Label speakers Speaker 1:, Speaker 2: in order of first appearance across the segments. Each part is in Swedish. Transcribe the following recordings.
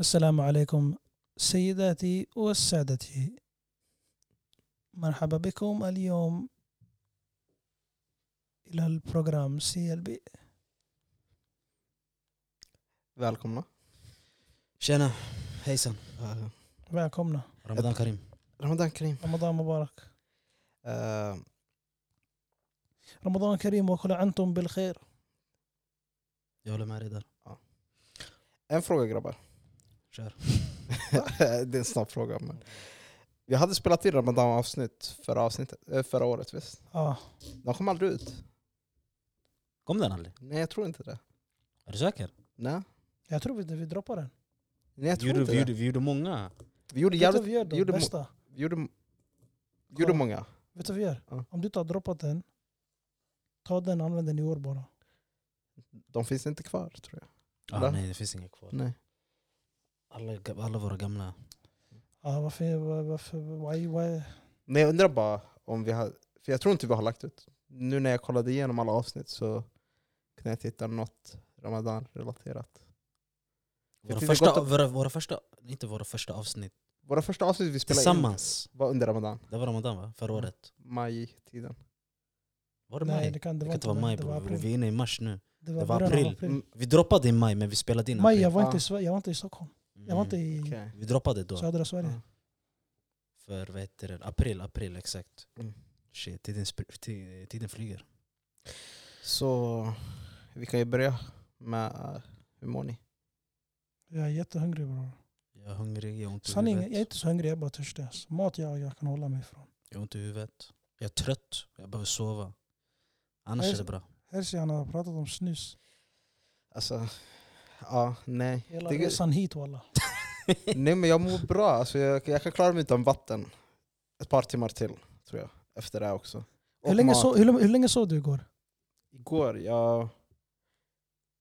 Speaker 1: السلام عليكم سيداتي وسادتي مرحبا بكم اليوم إلى البروجرام سي ال بي
Speaker 2: Välkomna.
Speaker 3: Tjena, hejsan.
Speaker 2: Eh,
Speaker 1: Välkomna.
Speaker 3: Ramadan Karim.
Speaker 2: Ramadan Karim.
Speaker 1: رمضان مبارك.
Speaker 2: Eh,
Speaker 1: رمضان كريم وكل أنتم بالخير.
Speaker 3: Jag håller med dig där.
Speaker 2: en fråga grabbar.
Speaker 3: Kör.
Speaker 2: det är en snabb fråga. Men. Vi hade spelat in Ramadan-avsnitt förra, avsnittet, eh, förra året visst?
Speaker 1: Ja,
Speaker 2: De kom aldrig ut.
Speaker 3: Kom den aldrig?
Speaker 2: Nej jag tror inte det.
Speaker 3: Är du säker?
Speaker 2: Nej,
Speaker 1: jag tror vi, vi droppar den.
Speaker 2: Nej jag
Speaker 3: Vi
Speaker 2: tror
Speaker 3: gjorde,
Speaker 2: inte
Speaker 3: vi,
Speaker 2: det.
Speaker 3: gjorde, vi gjorde många.
Speaker 2: Vi gjorde
Speaker 1: Vet du
Speaker 2: jävligt...
Speaker 1: vad vi gör då?
Speaker 2: gjorde mo-
Speaker 1: Bästa.
Speaker 2: Vi gjorde, vi gjorde
Speaker 1: Kolla.
Speaker 2: många.
Speaker 1: Vet du vad vi gör?
Speaker 2: Ja.
Speaker 1: Om du inte har droppat den, ta den och använd den i år bara.
Speaker 2: De finns inte kvar tror jag.
Speaker 3: Ah,
Speaker 2: Va?
Speaker 3: nej, det finns inga kvar.
Speaker 2: Nej.
Speaker 3: Alla, ga- alla våra gamla.
Speaker 1: Ja, varför, var- varför, why, why?
Speaker 2: Men jag undrar bara om vi har... För jag tror inte vi har lagt ut. Nu när jag kollade igenom alla avsnitt så kunde jag inte hitta något Ramadan-relaterat. Jag
Speaker 3: Våra
Speaker 2: tyckte gott
Speaker 3: första,
Speaker 2: om-
Speaker 3: våra, våra första, inte våra första avsnitt.
Speaker 2: Våra första avsnitt vi spelade in
Speaker 3: Tillsammans.
Speaker 2: var under Ramadan.
Speaker 3: Det var Ramadan va? Förra
Speaker 2: Mm.
Speaker 3: året.
Speaker 2: Maj-tiden.
Speaker 3: Var det
Speaker 1: Nej,
Speaker 3: maj?
Speaker 1: det
Speaker 3: Det
Speaker 1: kan, det
Speaker 3: kan
Speaker 1: var
Speaker 3: inte vara maj
Speaker 1: det var
Speaker 3: bror.
Speaker 1: april.
Speaker 3: Vi är inne i mars nu.
Speaker 1: Det var,
Speaker 3: det var
Speaker 1: början av
Speaker 3: april.
Speaker 2: Mm,
Speaker 3: Vi droppade i maj men vi spelade in i
Speaker 1: Maj,
Speaker 3: april.
Speaker 1: jag var,
Speaker 2: Ja.
Speaker 1: inte i, Sve- jag var inte i Stockholm. Jag var inte
Speaker 3: Mm.
Speaker 1: i
Speaker 2: Okej.
Speaker 3: Vi droppade då.
Speaker 1: södra Sverige.
Speaker 2: Ja.
Speaker 3: För vad heter det? April, april exakt.
Speaker 2: Mm.
Speaker 3: Shit, tiden, spr- ti- tiden flyger.
Speaker 2: Så vi kan ju börja med eh, hur mår ni?
Speaker 1: Jag är jättehungrig bror.
Speaker 3: Jag är hungrig, jag har ont i
Speaker 1: Sanningen, jag är
Speaker 3: huvudet.
Speaker 1: inte så hungrig, jag är bara törstig. alltså. Mat jag, jag kan hålla mig ifrån.
Speaker 3: Jag har ont i huvudet. Jag är trött. Jag behöver sova. Annars
Speaker 1: Nej,
Speaker 3: är det bra.
Speaker 1: Herzi han har pratat om snus.
Speaker 2: Alltså, ja, nej.
Speaker 1: Hela
Speaker 2: Det-
Speaker 1: resan hit walla.
Speaker 2: nej men jag mår bra, alltså, jag, jag kan klara mig utan vatten ett par timmar till tror jag. Efter det här också.
Speaker 1: Hur länge,
Speaker 2: mat.
Speaker 1: så, hur, länge- hur länge sov du igår?
Speaker 2: Igår, jag,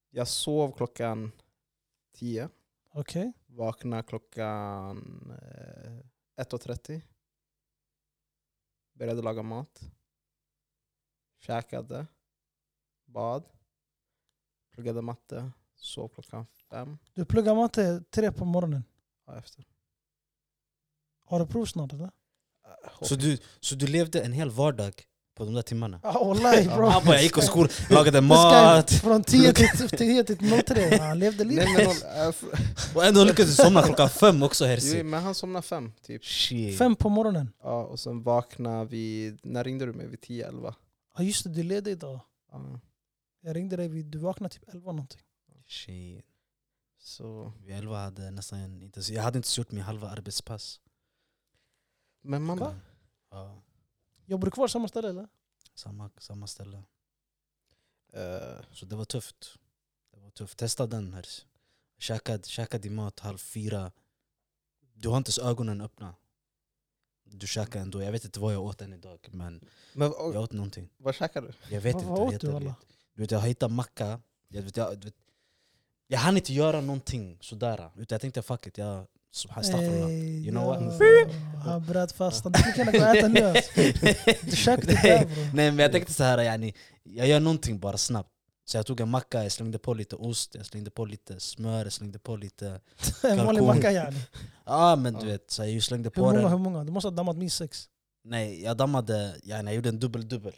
Speaker 2: jag sov klockan 10,
Speaker 1: Okej.
Speaker 2: vaknade klockan eh, 1.30. Började laga mat. Käkade. Bad. Pluggade matte. Sov klockan fem.
Speaker 1: Du pluggar matte tre på morgonen.
Speaker 2: Ja, efter.
Speaker 1: Har du prov snart eller?
Speaker 2: Eh,
Speaker 3: Så du, så du levde en hel vardag på de där timmarna?
Speaker 1: Ja wallahi
Speaker 2: Ja.
Speaker 1: bro.
Speaker 3: Han bara, jag gick och skor, lagade
Speaker 1: This guy
Speaker 3: mat
Speaker 1: Från 10 till, 10 till 03. Ja, Han levde
Speaker 2: Nej,
Speaker 1: livet.
Speaker 2: men, hon- äh, f-
Speaker 3: och ändå lyckades du somna klockan fem också
Speaker 2: jo,
Speaker 3: Herzi.
Speaker 2: men han somnade fem typ.
Speaker 3: Shit.
Speaker 1: Fem på morgonen.
Speaker 2: Ja, och sen vaknade vi, när ringde du mig? Vid 10-11?
Speaker 1: Ja just det, du är ledig idag.
Speaker 2: Ja,
Speaker 1: Jag ringde dig, vid, du vaknade typ 11 någonting.
Speaker 3: Shit.
Speaker 2: så.
Speaker 3: Vi elva hade nästan inte, jag hade inte gjort min halva arbetspass.
Speaker 2: Men mamma,
Speaker 1: Va?
Speaker 3: Ja,
Speaker 1: Jobbar du kvar samma ställe eller?
Speaker 3: samma, samma ställe.
Speaker 2: eh,
Speaker 3: Så Alltså, det var tufft. Det var tufft. Testa den Herzi. Käka, käka din mat halv fyra. Du har inte ens ögonen öppna. Du käkar ändå. Jag vet inte vad jag åt än idag men
Speaker 2: men och,
Speaker 3: jag åt någonting.
Speaker 2: vad käkade du?
Speaker 3: Jag vet
Speaker 1: Vad-
Speaker 3: inte.
Speaker 1: vad åt
Speaker 3: Vad
Speaker 1: du,
Speaker 3: du,
Speaker 1: alla?
Speaker 3: du vet, jag har hittat macka. Jag, vet, jag, du vet, jag hann inte göra någonting sådär. Utan jag tänkte fuck it, jag...
Speaker 1: Eh,
Speaker 3: Astaghfirullah. You know what?
Speaker 1: Han bröt fastan. Du kan gå och äta nu alltså. Du käkade där
Speaker 3: Nej,
Speaker 1: bror.
Speaker 3: Nej men jag tänkte så här, yani, jag gör någonting bara snabbt. Så jag tog en macka, jag slängde på lite ost, jag slängde på lite smör, jag slängde på lite...
Speaker 1: En vanlig
Speaker 3: kalkon.
Speaker 1: macka yani.
Speaker 3: Ja men
Speaker 2: Ja.
Speaker 3: du vet, så jag slängde
Speaker 1: Hur
Speaker 3: på
Speaker 1: många, hur
Speaker 3: den.
Speaker 1: många? Du måste ha dammat minst sex.
Speaker 3: Nej, jag dammade, yani, jag gjorde en dubbel-dubbel.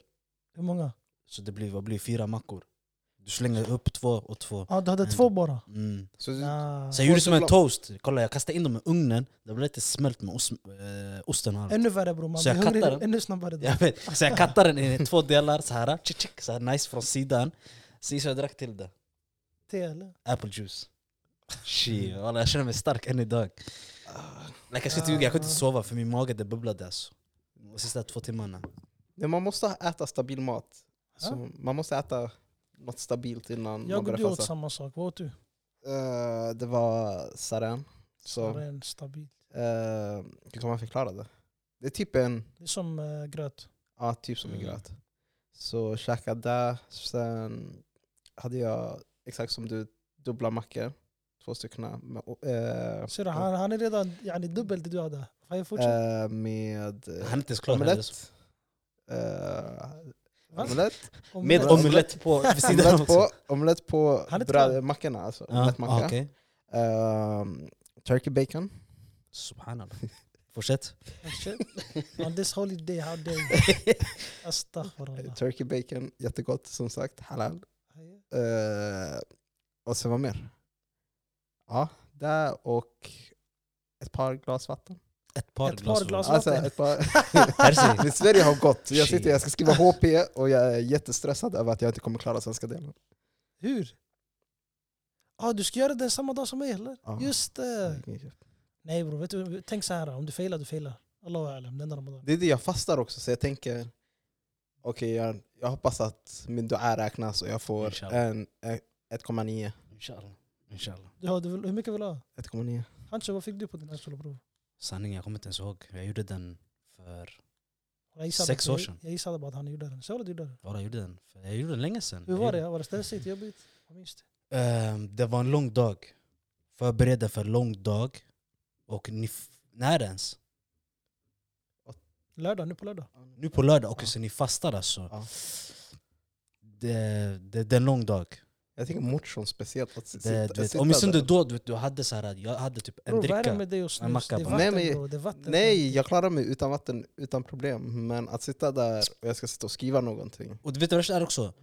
Speaker 1: Hur många?
Speaker 3: Så det blir, vad blir fyra mackor. Du
Speaker 1: Alltså.
Speaker 3: slänger upp två och två.
Speaker 1: Ja, du hade
Speaker 3: En.
Speaker 1: två bara.
Speaker 3: Mm.
Speaker 2: Så du,
Speaker 1: Ah.
Speaker 3: Så jag gjorde som en
Speaker 2: Portobello.
Speaker 3: toast, kolla jag kastade in dem i ugnen, det blev lite smält med ost, eh, osten och allt.
Speaker 1: Ännu värre bror, man
Speaker 3: Så
Speaker 1: blir
Speaker 3: jag
Speaker 1: hungrig
Speaker 3: kattar den.
Speaker 1: ännu snabbare. då.
Speaker 3: Jag vet, så jag kattade den i två delar, så här, tchick, tchick, så här nice från sidan. Sen så jag drack till det,
Speaker 1: Te eller?
Speaker 3: apple juice. Shit, walla, jag känner mig stark än idag.
Speaker 2: Ah,
Speaker 3: Like, jag ska inte ljuga, jag kunde inte sova för min mage det bubblade alltså. De sista två timmarna.
Speaker 2: nej, man måste äta stabil mat. Så
Speaker 1: Ja.
Speaker 2: man måste äta något stabilt innan man
Speaker 1: Jag och
Speaker 2: börjar
Speaker 1: du åt
Speaker 2: fasta.
Speaker 1: samma sak, vad åt du?
Speaker 2: Eh, det var saren. Så,
Speaker 1: Ren, stabil.
Speaker 2: eh, hur kan man förklara det? Det är typ en
Speaker 1: Det är som eh, gröt.
Speaker 2: Ja, typ som en
Speaker 3: Mm.
Speaker 2: gröt. Så käkade där, sen hade jag exakt som du, dubbla mackor. Två stycken med, o- eh,
Speaker 1: Ser du, han, han är redan yani, dubbelt det du hade. Fan, jag fortsätter.
Speaker 2: eh, med
Speaker 3: Han
Speaker 2: eh,
Speaker 3: är inte ens klar alltså. heller. så-
Speaker 2: omelett. Eh,
Speaker 1: Va?
Speaker 2: omelett.
Speaker 3: Eh, Med
Speaker 1: Omelett.
Speaker 3: omelett på vid sidan
Speaker 2: Omelett
Speaker 3: också. Ah,
Speaker 2: på, omelett på
Speaker 1: Han är inte
Speaker 2: bröd, mackorna. Alltså,
Speaker 3: Ja,
Speaker 2: Omelettmacka.
Speaker 3: okej.
Speaker 2: Eh, turkey bacon.
Speaker 3: سبحان الله Fortsätt.
Speaker 1: Shit. On this holy day, how dare you? Astaghfirullah.
Speaker 2: Turkey bacon, jättegott som sagt, halal. Eh, och sen vad mer? Ja, där och ett par glas vatten.
Speaker 3: Ett par
Speaker 1: Ett par
Speaker 3: glas vin.
Speaker 1: glas
Speaker 2: Alltså,
Speaker 1: vatten.
Speaker 2: ett par...
Speaker 3: Hersi.
Speaker 2: Men Sverige har gått. Jag
Speaker 3: Shit.
Speaker 2: sitter jag ska skriva HP och jag är jättestressad över att jag inte kommer klara svenska delen.
Speaker 1: Hur? Ja, du ska göra det samma dag som mig eller?
Speaker 2: Ja.
Speaker 1: Just det. Nej bror, vet du, tänk så här. Om du failar, du failar. Allahu alam, den där ramadan.
Speaker 2: Det är det jag fastar också, så jag tänker okej, jag, jag hoppas att min dua räknas och jag får
Speaker 3: Inshallah.
Speaker 2: en, en 1,9.
Speaker 3: Inshallah. Inshallah.
Speaker 1: Du har, du vill, hur mycket vill du ha?
Speaker 2: 1,9.
Speaker 1: Hancho, vad fick du på din högskoleprov?
Speaker 3: Sanningen, jag kommer inte ens ihåg. Jag gjorde den för...
Speaker 1: Jag gissade
Speaker 3: Sex
Speaker 1: på-
Speaker 3: år sedan. Mm.
Speaker 1: Jag gissade bara att han gjorde den. Så var det du gjorde den.
Speaker 3: Bara jag gjorde den. För jag gjorde den länge sedan.
Speaker 1: Hur var det? Var det stressigt? Jobbigt? Vad minns du?
Speaker 3: Ehm, det var en lång dag. Förberedda för en lång dag. Och ni... f- När ens?
Speaker 1: Lördag, nu på lördag?
Speaker 3: Nu på lördag. Okej,
Speaker 2: Ja.
Speaker 3: så ni fastar alltså?
Speaker 2: Ja.
Speaker 3: Det, det, det är en lång dag.
Speaker 2: Jag tänker morson speciellt. Att sitta,
Speaker 3: Det, du vet,
Speaker 2: sitta
Speaker 3: om liksom inte
Speaker 2: där.
Speaker 3: du då, du, vet, du hade så här, jag hade typ
Speaker 1: Bror,
Speaker 3: en
Speaker 1: vad är det
Speaker 3: dricka.
Speaker 1: med dig och snus?
Speaker 3: En macka
Speaker 1: det är
Speaker 3: bara.
Speaker 1: vatten
Speaker 2: Nej, men-
Speaker 1: bror, det är vatten.
Speaker 2: Nej, jag klarar mig utan vatten utan problem. Men att sitta där och jag ska sitta och skriva någonting.
Speaker 3: Och du vet vad det värsta är också?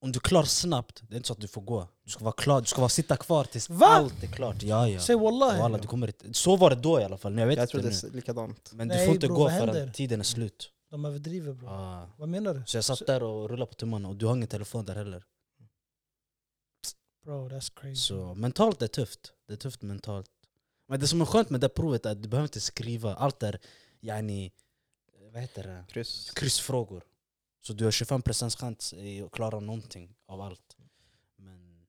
Speaker 3: Om du är klar snabbt, det är inte så att du får gå. Du ska vara klar, du ska vara sitta kvar tills
Speaker 1: Va?
Speaker 3: allt är klart. Ja, ja.
Speaker 1: Säg wallahi.
Speaker 3: Walla, du kommer inte. Så var det då i alla fall, nu jag vet
Speaker 2: Jag tror det
Speaker 3: inte nu.
Speaker 2: är likadant.
Speaker 3: Men du
Speaker 1: Nej,
Speaker 3: får inte
Speaker 1: bror,
Speaker 3: gå
Speaker 1: vad
Speaker 3: förrän
Speaker 1: händer? Mm.
Speaker 3: tiden är slut.
Speaker 1: De överdriver bror.
Speaker 3: Ah.
Speaker 1: Vad menar du?
Speaker 3: Så jag satt där och rullade på tummarna och du har ingen telefon där heller.
Speaker 1: Bro, that's crazy.
Speaker 3: Så mentalt är tufft. Det är tufft mentalt. Men det som är skönt med det provet är att du behöver inte skriva. Allt är yani, vad heter det?
Speaker 2: Kryss.
Speaker 3: kryssfrågor. Så du har 25% chans i att klara någonting av allt. Men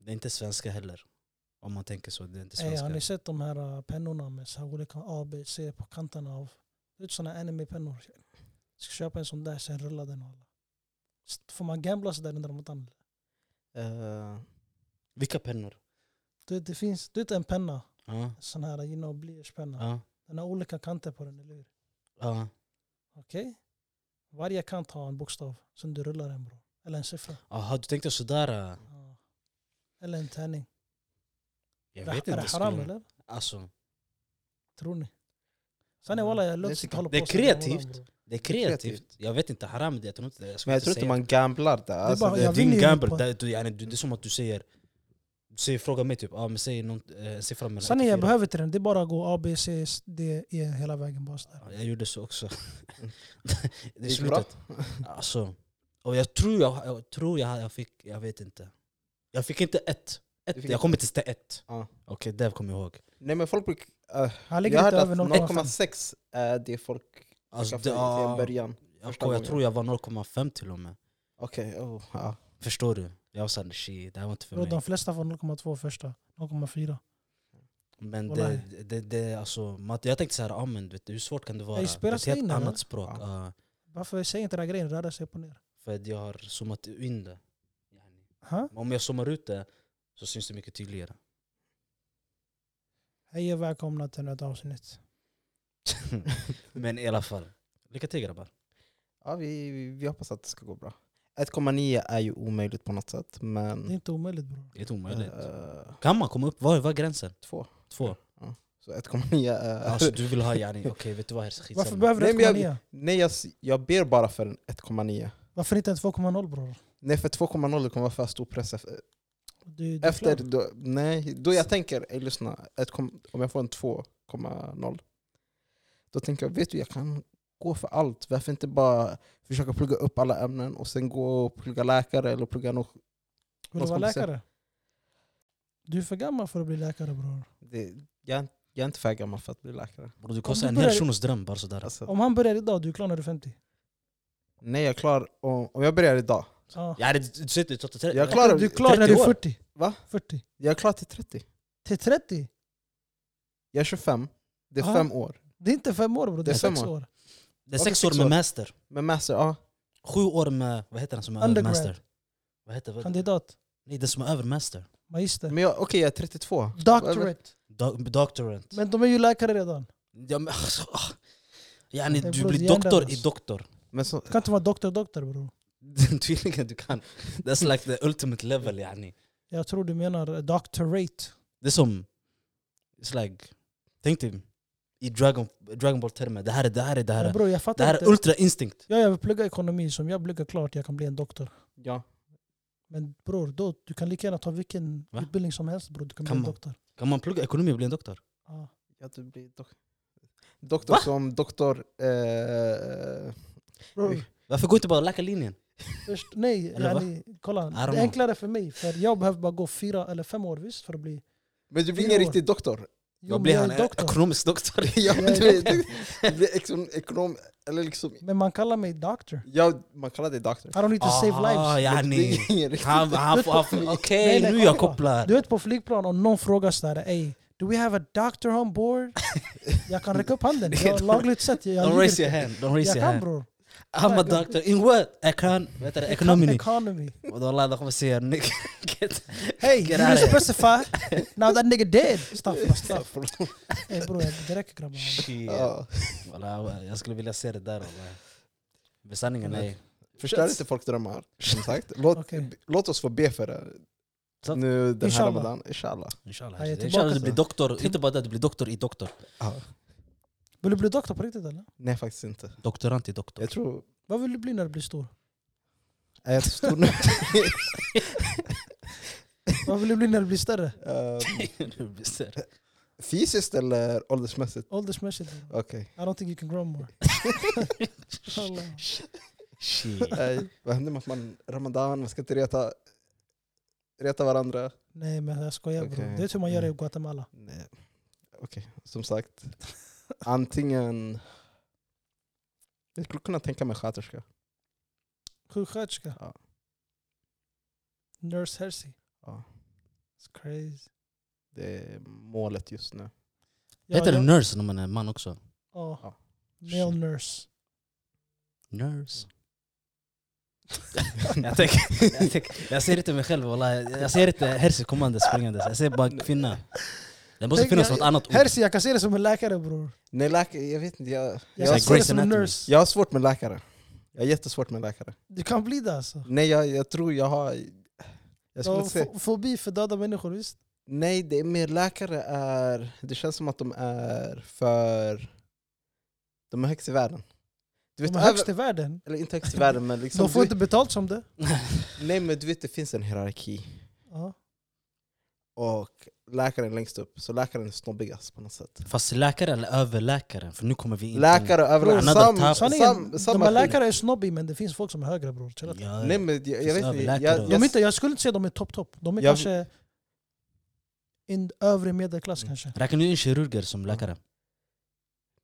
Speaker 3: det är inte svenska heller. Om man tänker så. Det är inte
Speaker 1: Ey, har
Speaker 3: svenska.
Speaker 1: ni sett de här uh, pennorna med så här olika A, B, C på kanterna av? Det är sådana anime-pennor. Jag ska köpa en sån där, sen rulla den och alla. S- Får man gambla sådär under Ramadan?
Speaker 2: Eh,
Speaker 3: Vilka pennor?
Speaker 1: Du vet, det finns, du vet en penna,
Speaker 3: Ja.
Speaker 1: en sån här äh, you know, blyertspenna.
Speaker 3: Ja.
Speaker 1: Den har olika kanter på den, eller hur?
Speaker 3: Ja.
Speaker 1: Okej? Varje kant har en bokstav, sen du rullar den bro. Eller en siffra.
Speaker 3: Aha, du tänkte sådär. äh,
Speaker 1: Ja. Eller en tärning.
Speaker 3: Jag
Speaker 1: Det-
Speaker 3: vet
Speaker 1: är
Speaker 3: inte.
Speaker 1: det haram
Speaker 3: skulle-
Speaker 1: eller?
Speaker 3: Alltså,
Speaker 1: Tror ni? Sen är walla, jag
Speaker 2: Det
Speaker 1: låter
Speaker 2: är
Speaker 1: inte hålla på
Speaker 3: det är
Speaker 1: så med Ramadan,
Speaker 3: kreativt.
Speaker 1: bro.
Speaker 3: det är
Speaker 2: Kreativt.
Speaker 3: kreativt. Jag vet inte haram. det, Jag tror inte det.
Speaker 2: Men jag tror inte man gamblar där. Alltså,
Speaker 1: bara-
Speaker 2: det,
Speaker 1: jag
Speaker 3: Din
Speaker 1: vinner ju
Speaker 3: gamble,
Speaker 1: på-
Speaker 3: det, du, yani, du, det är som att du säger, du säger fråga mig typ, ah, men säg någon, eh, en siffra mellan
Speaker 1: Sanningen,
Speaker 3: ett
Speaker 1: jag
Speaker 3: och fyra.
Speaker 1: behöver inte den. Det är bara att gå A, B, C, S, D, E hela vägen. Bara sådär.
Speaker 3: Ja, Jag gjorde så också. det är
Speaker 2: gick bra.
Speaker 3: slutet. Alltså, och jag tror jag, jag tror jag, jag fick, jag vet inte. Jag fick inte ett.
Speaker 2: Du
Speaker 3: ett.
Speaker 2: fick
Speaker 3: Jag kommer inte till ett.
Speaker 2: Ja.
Speaker 3: Okej, det kommer jag ihåg.
Speaker 2: Nej men folk brukar... eh,
Speaker 1: Han
Speaker 2: jag
Speaker 1: ligger
Speaker 2: hörde
Speaker 1: lite
Speaker 2: att
Speaker 1: över 0,5.
Speaker 2: 0,6 är det folk
Speaker 3: Alltså,
Speaker 2: skaffar
Speaker 3: det,
Speaker 2: till en
Speaker 3: ja,
Speaker 2: början.
Speaker 3: jag,
Speaker 2: första
Speaker 3: jag
Speaker 2: gången.
Speaker 3: tror jag var 0,5 till och med.
Speaker 2: Okej, oh, ja.
Speaker 3: Förstår du? Jag var såhär, shit, det här var inte för
Speaker 1: Bro, De
Speaker 3: mig.
Speaker 1: flesta får 0,2 första. 0,4.
Speaker 3: Men det,
Speaker 1: Wallahi.
Speaker 3: det, det, alltså, mat- jag tänkte såhär, ah, men, vet du, hur svårt kan det vara?
Speaker 1: Ey,
Speaker 3: Det är
Speaker 1: spelas
Speaker 3: ett
Speaker 1: det
Speaker 3: helt
Speaker 1: in, eller?
Speaker 3: annat språk.
Speaker 2: Ja.
Speaker 3: ja.
Speaker 1: Varför säger inte den här grejen röra sig upp och ner?
Speaker 3: för att jag har zoomat in det. Yani,
Speaker 1: Ha?
Speaker 3: Om jag zoomar ut det så syns det mycket tydligare.
Speaker 1: Hej och välkomna till ett avsnitt.
Speaker 3: Men i alla fall, lycka till grabbar.
Speaker 2: ja vi, vi, vi hoppas att det ska gå bra. 1,9 är ju omöjligt på något sätt,
Speaker 1: Det är
Speaker 2: men...
Speaker 1: inte omöjligt bror.
Speaker 3: Det är inte omöjligt.
Speaker 2: eh,
Speaker 3: Kan man komma upp? Var var är gränsen?
Speaker 2: två.
Speaker 3: Två?
Speaker 1: Eh.
Speaker 2: Så 1,9 är...
Speaker 3: Alltså du vill ha yani, okej vet du vad här
Speaker 1: Varför
Speaker 3: skitsamma.
Speaker 1: behöver du
Speaker 2: Nej, men jag-
Speaker 1: 1,9?
Speaker 2: Nej, jag, s- jag ber bara för en 1,9.
Speaker 1: Varför inte en 2,0 bror?
Speaker 2: Nej, för 2,0 kommer vara för stor press. ef-
Speaker 1: Du, du är
Speaker 2: Efter,
Speaker 1: klar.
Speaker 2: då, nej, då jag tänker, ey, lyssna, ett kom, om jag får en 2,0 då tänker jag, vet du jag kan gå för allt. Varför inte bara försöka plugga upp alla ämnen och sen gå och plugga läkare eller plugga något.
Speaker 1: Vill du
Speaker 2: vad
Speaker 1: vara
Speaker 2: ska man
Speaker 1: läkare? Du är för gammal för att bli läkare bror.
Speaker 2: Det, jag, är inte- jag är inte för gammal för att bli läkare.
Speaker 3: Bror du
Speaker 1: Om
Speaker 3: kostar en
Speaker 1: du
Speaker 3: hel
Speaker 1: börjar-
Speaker 3: shunos dröm bara sådär.
Speaker 2: Alltså,
Speaker 1: Om han börjar idag, du är klar när du är 50.
Speaker 2: nej, jag är klar om, om jag börjar idag.
Speaker 1: Ja.
Speaker 3: Yani, du du sitter och tar-
Speaker 2: Jag klarar,
Speaker 1: Du är klar när du
Speaker 3: 30
Speaker 1: är
Speaker 3: år.
Speaker 1: 40.
Speaker 2: Va?
Speaker 1: 40.
Speaker 2: jag är klar till 30.
Speaker 1: Till 30?
Speaker 2: Jag är 25. Det är
Speaker 1: Ah.
Speaker 2: fem år.
Speaker 1: Det är inte fem år bror, det
Speaker 2: Det
Speaker 1: är
Speaker 2: är fem
Speaker 1: sex
Speaker 2: år.
Speaker 1: år.
Speaker 3: Det är
Speaker 2: Varför
Speaker 3: sex
Speaker 2: sex
Speaker 3: år med
Speaker 2: år?
Speaker 3: master.
Speaker 2: Men master, ja.
Speaker 3: Sju år med, vad heter den som är över
Speaker 1: Undergrad.
Speaker 3: master? Vad heter vad-
Speaker 1: Kandidat,
Speaker 3: Nej den som är över master.
Speaker 1: magister,
Speaker 2: Men jag, okej, jag är 32.
Speaker 1: doctorate.
Speaker 3: Do doctorant.
Speaker 1: Men de är ju läkare redan.
Speaker 3: Ja, men, alltså, ah. yani,
Speaker 1: Det är
Speaker 3: du
Speaker 1: bror,
Speaker 3: blir
Speaker 1: hjärnan,
Speaker 3: doktor i
Speaker 1: alltså.
Speaker 3: doktor.
Speaker 2: Men så,
Speaker 1: Du kan inte vara doktor, doktor bror.
Speaker 3: Tydligen du kan. That's يعني. like the ultimate level yani.
Speaker 1: Jag tror du menar doctorate.
Speaker 3: Det är som um, It's like, tänk dig i Dragon, Dragon Ball termer, det här är det här är det här.
Speaker 1: Men
Speaker 3: är-
Speaker 1: bror jag
Speaker 3: Det
Speaker 1: fattar
Speaker 3: här är
Speaker 1: inte.
Speaker 3: ultra instinkt.
Speaker 1: Ja, jag vill plugga ekonomi, som jag pluggar klart jag kan bli en doktor.
Speaker 2: Ja.
Speaker 1: Men bror, då, du kan lika gärna ta vilken
Speaker 3: Va?
Speaker 1: utbildning som helst bror, du kan,
Speaker 3: Kan
Speaker 1: bli en
Speaker 3: man?
Speaker 1: doktor.
Speaker 3: Kan man plugga ekonomi och bli en doktor?
Speaker 1: Ja.
Speaker 2: ja du blir dok- doktor
Speaker 3: Va?
Speaker 2: som doktor... Eh,
Speaker 1: Bror,
Speaker 3: Varför går inte bara läkarlinjen?
Speaker 1: först, nej,
Speaker 3: Eller va?
Speaker 1: yani, kolla.
Speaker 3: don't
Speaker 1: Det är
Speaker 3: know.
Speaker 1: enklare för mig, för jag behöver bara gå fyra eller fem år visst för att bli...
Speaker 2: men du blir
Speaker 1: Fyra
Speaker 2: ingen
Speaker 1: år.
Speaker 2: riktig doktor.
Speaker 1: Jo,
Speaker 3: Vad
Speaker 1: men
Speaker 3: blir
Speaker 1: jag
Speaker 3: han?
Speaker 1: är doktor.
Speaker 3: Ekonomisk doktor?
Speaker 2: ja,
Speaker 1: Jag
Speaker 2: du,
Speaker 1: är
Speaker 2: blir- du blir liksom ekonom... Eller liksom...
Speaker 1: Men man kallar mig doctor.
Speaker 2: Ja, man kallar det doktor.
Speaker 1: I don't need to
Speaker 3: Ah,
Speaker 1: save lives.
Speaker 2: Men du
Speaker 3: Yani.
Speaker 2: blir ingen riktig-
Speaker 3: Han, han, får- han, får-
Speaker 1: Nej,
Speaker 3: Okej,
Speaker 1: nej,
Speaker 3: nu jag
Speaker 1: kolla.
Speaker 3: kopplar.
Speaker 1: Du vet på flygplan om någon frågar sådär ey, do we have a doctor on board? jag kan räcka upp handen, jag, lagligt sett. Jag, jag
Speaker 3: Don't raise
Speaker 1: ljuger
Speaker 3: your hand. Don't
Speaker 1: inte.
Speaker 3: raise
Speaker 1: Jag
Speaker 3: your
Speaker 1: kan
Speaker 3: hand.
Speaker 1: bror.
Speaker 3: I'm a doctor. In what? Econ? Vad heter det? Ekonomi.
Speaker 1: Economy.
Speaker 3: Wallah, de kommer säga "Nick, get-
Speaker 1: Hey,
Speaker 3: Get
Speaker 1: you
Speaker 3: out
Speaker 1: didn't
Speaker 3: of here.
Speaker 1: specify. Now that nigga dead. Staffla, staffla.
Speaker 2: Förlåt.
Speaker 1: Ey bror, det räcker grabbar.
Speaker 3: Shit.
Speaker 2: Ja.
Speaker 3: Wallah, Jag skulle vilja se det där. wallah. Men sanningen är...
Speaker 2: Förstör inte folk drömmar, som sagt. Låt,
Speaker 1: Okej.
Speaker 2: låt oss få be för det.
Speaker 3: Så.
Speaker 2: Nu den här
Speaker 1: Inshallah.
Speaker 2: ramadan, inshallah.
Speaker 3: Inshallah.
Speaker 1: Jag är
Speaker 3: Inshallah du
Speaker 1: tillbaka.
Speaker 3: blir doktor. Inte bara det, du blir doktor i doktor.
Speaker 2: Ja.
Speaker 1: Vill du bli doktor på riktigt eller?
Speaker 2: Nej faktiskt inte.
Speaker 3: Doktorant i doktor.
Speaker 2: Jag tror...
Speaker 1: Vad vill du bli när du blir stor?
Speaker 2: Nej, Jag tror nu...
Speaker 1: Vad vill du bli när du blir större?
Speaker 2: Ehm,
Speaker 3: Du blir större.
Speaker 2: Fysiskt eller åldersmässigt?
Speaker 1: Åldersmässigt? bror.
Speaker 2: Okej.
Speaker 1: I don't think you can grow more. Allah.
Speaker 3: Shit.
Speaker 2: Nej, Vad händer med att man ramadan, man ska inte reta, reta varandra?
Speaker 1: Nej men jag skojar bror.
Speaker 2: Okej.
Speaker 1: Du vet hur man gör i
Speaker 3: Mm.
Speaker 1: Guatemala?
Speaker 2: Nej. Okej, som sagt. Antingen... Jag skulle kunna tänka mig sköterska.
Speaker 1: Sjuksköterska?
Speaker 2: Ja.
Speaker 1: Nurse Hersey?
Speaker 2: Ja.
Speaker 1: It's crazy.
Speaker 2: Det är målet just nu.
Speaker 1: Ja,
Speaker 3: Heter det
Speaker 1: jag-
Speaker 3: nurse när man är man också?
Speaker 1: Ja.
Speaker 2: Ja.
Speaker 1: Male nurse.
Speaker 3: Nurse. jag, tänker, jag, tänker, jag ser inte mig själv wallah. Jag ser inte Herse kommande springandes. Jag ser bara kvinna. Det måste
Speaker 1: Tänk,
Speaker 3: finnas
Speaker 1: jag-
Speaker 3: något annat ord.
Speaker 2: Mm.
Speaker 1: Hersey, jag kan se det som en läkare bror.
Speaker 2: Nej, läkare, jag vet inte. Jag,
Speaker 1: Jag
Speaker 3: Så
Speaker 1: kan
Speaker 3: här
Speaker 1: se det
Speaker 3: Grey's
Speaker 1: som en
Speaker 3: Anatomy.
Speaker 1: nurse.
Speaker 2: jag har svårt med läkare. Jag har jättesvårt med läkare.
Speaker 1: Du kan bli det alltså.
Speaker 2: Nej, jag, jag tror jag har... Jag
Speaker 1: Du har
Speaker 2: skulle säga,
Speaker 1: fo- fobi för döda människor visst?
Speaker 2: nej, det är mer läkare är... Det känns som att de är för... De är högst i världen. Du vet,
Speaker 1: De är
Speaker 2: över-
Speaker 1: högst i världen.
Speaker 2: Eller inte högst i världen, men liksom...
Speaker 1: De får
Speaker 2: Du,
Speaker 1: inte betalt som det.
Speaker 2: nej, men du vet, det finns en hierarki.
Speaker 1: Ja.
Speaker 2: Och läkaren är längst upp, så läkaren är snobbigast på något sätt.
Speaker 3: Fast läkare eller överläkare? För nu kommer vi in till-
Speaker 2: Läkare och överläkare,
Speaker 3: Another
Speaker 2: sam,
Speaker 3: type.
Speaker 1: Sanningen,
Speaker 2: sam,
Speaker 1: de
Speaker 2: samma
Speaker 1: här
Speaker 2: skit.
Speaker 1: läkare är snobbiga men det finns folk som är högre bror. Chill
Speaker 3: Ja,
Speaker 1: out.
Speaker 3: ja.
Speaker 2: Nej, men jag, jag vet inte. Jag,
Speaker 3: överläkare och-
Speaker 2: jag,
Speaker 1: De är inte, jag skulle inte säga de är topp-topp. De är
Speaker 2: Jag-
Speaker 1: kanske en övre medelklass
Speaker 3: Mm.
Speaker 1: kanske.
Speaker 3: Räknar du in kirurger som läkare?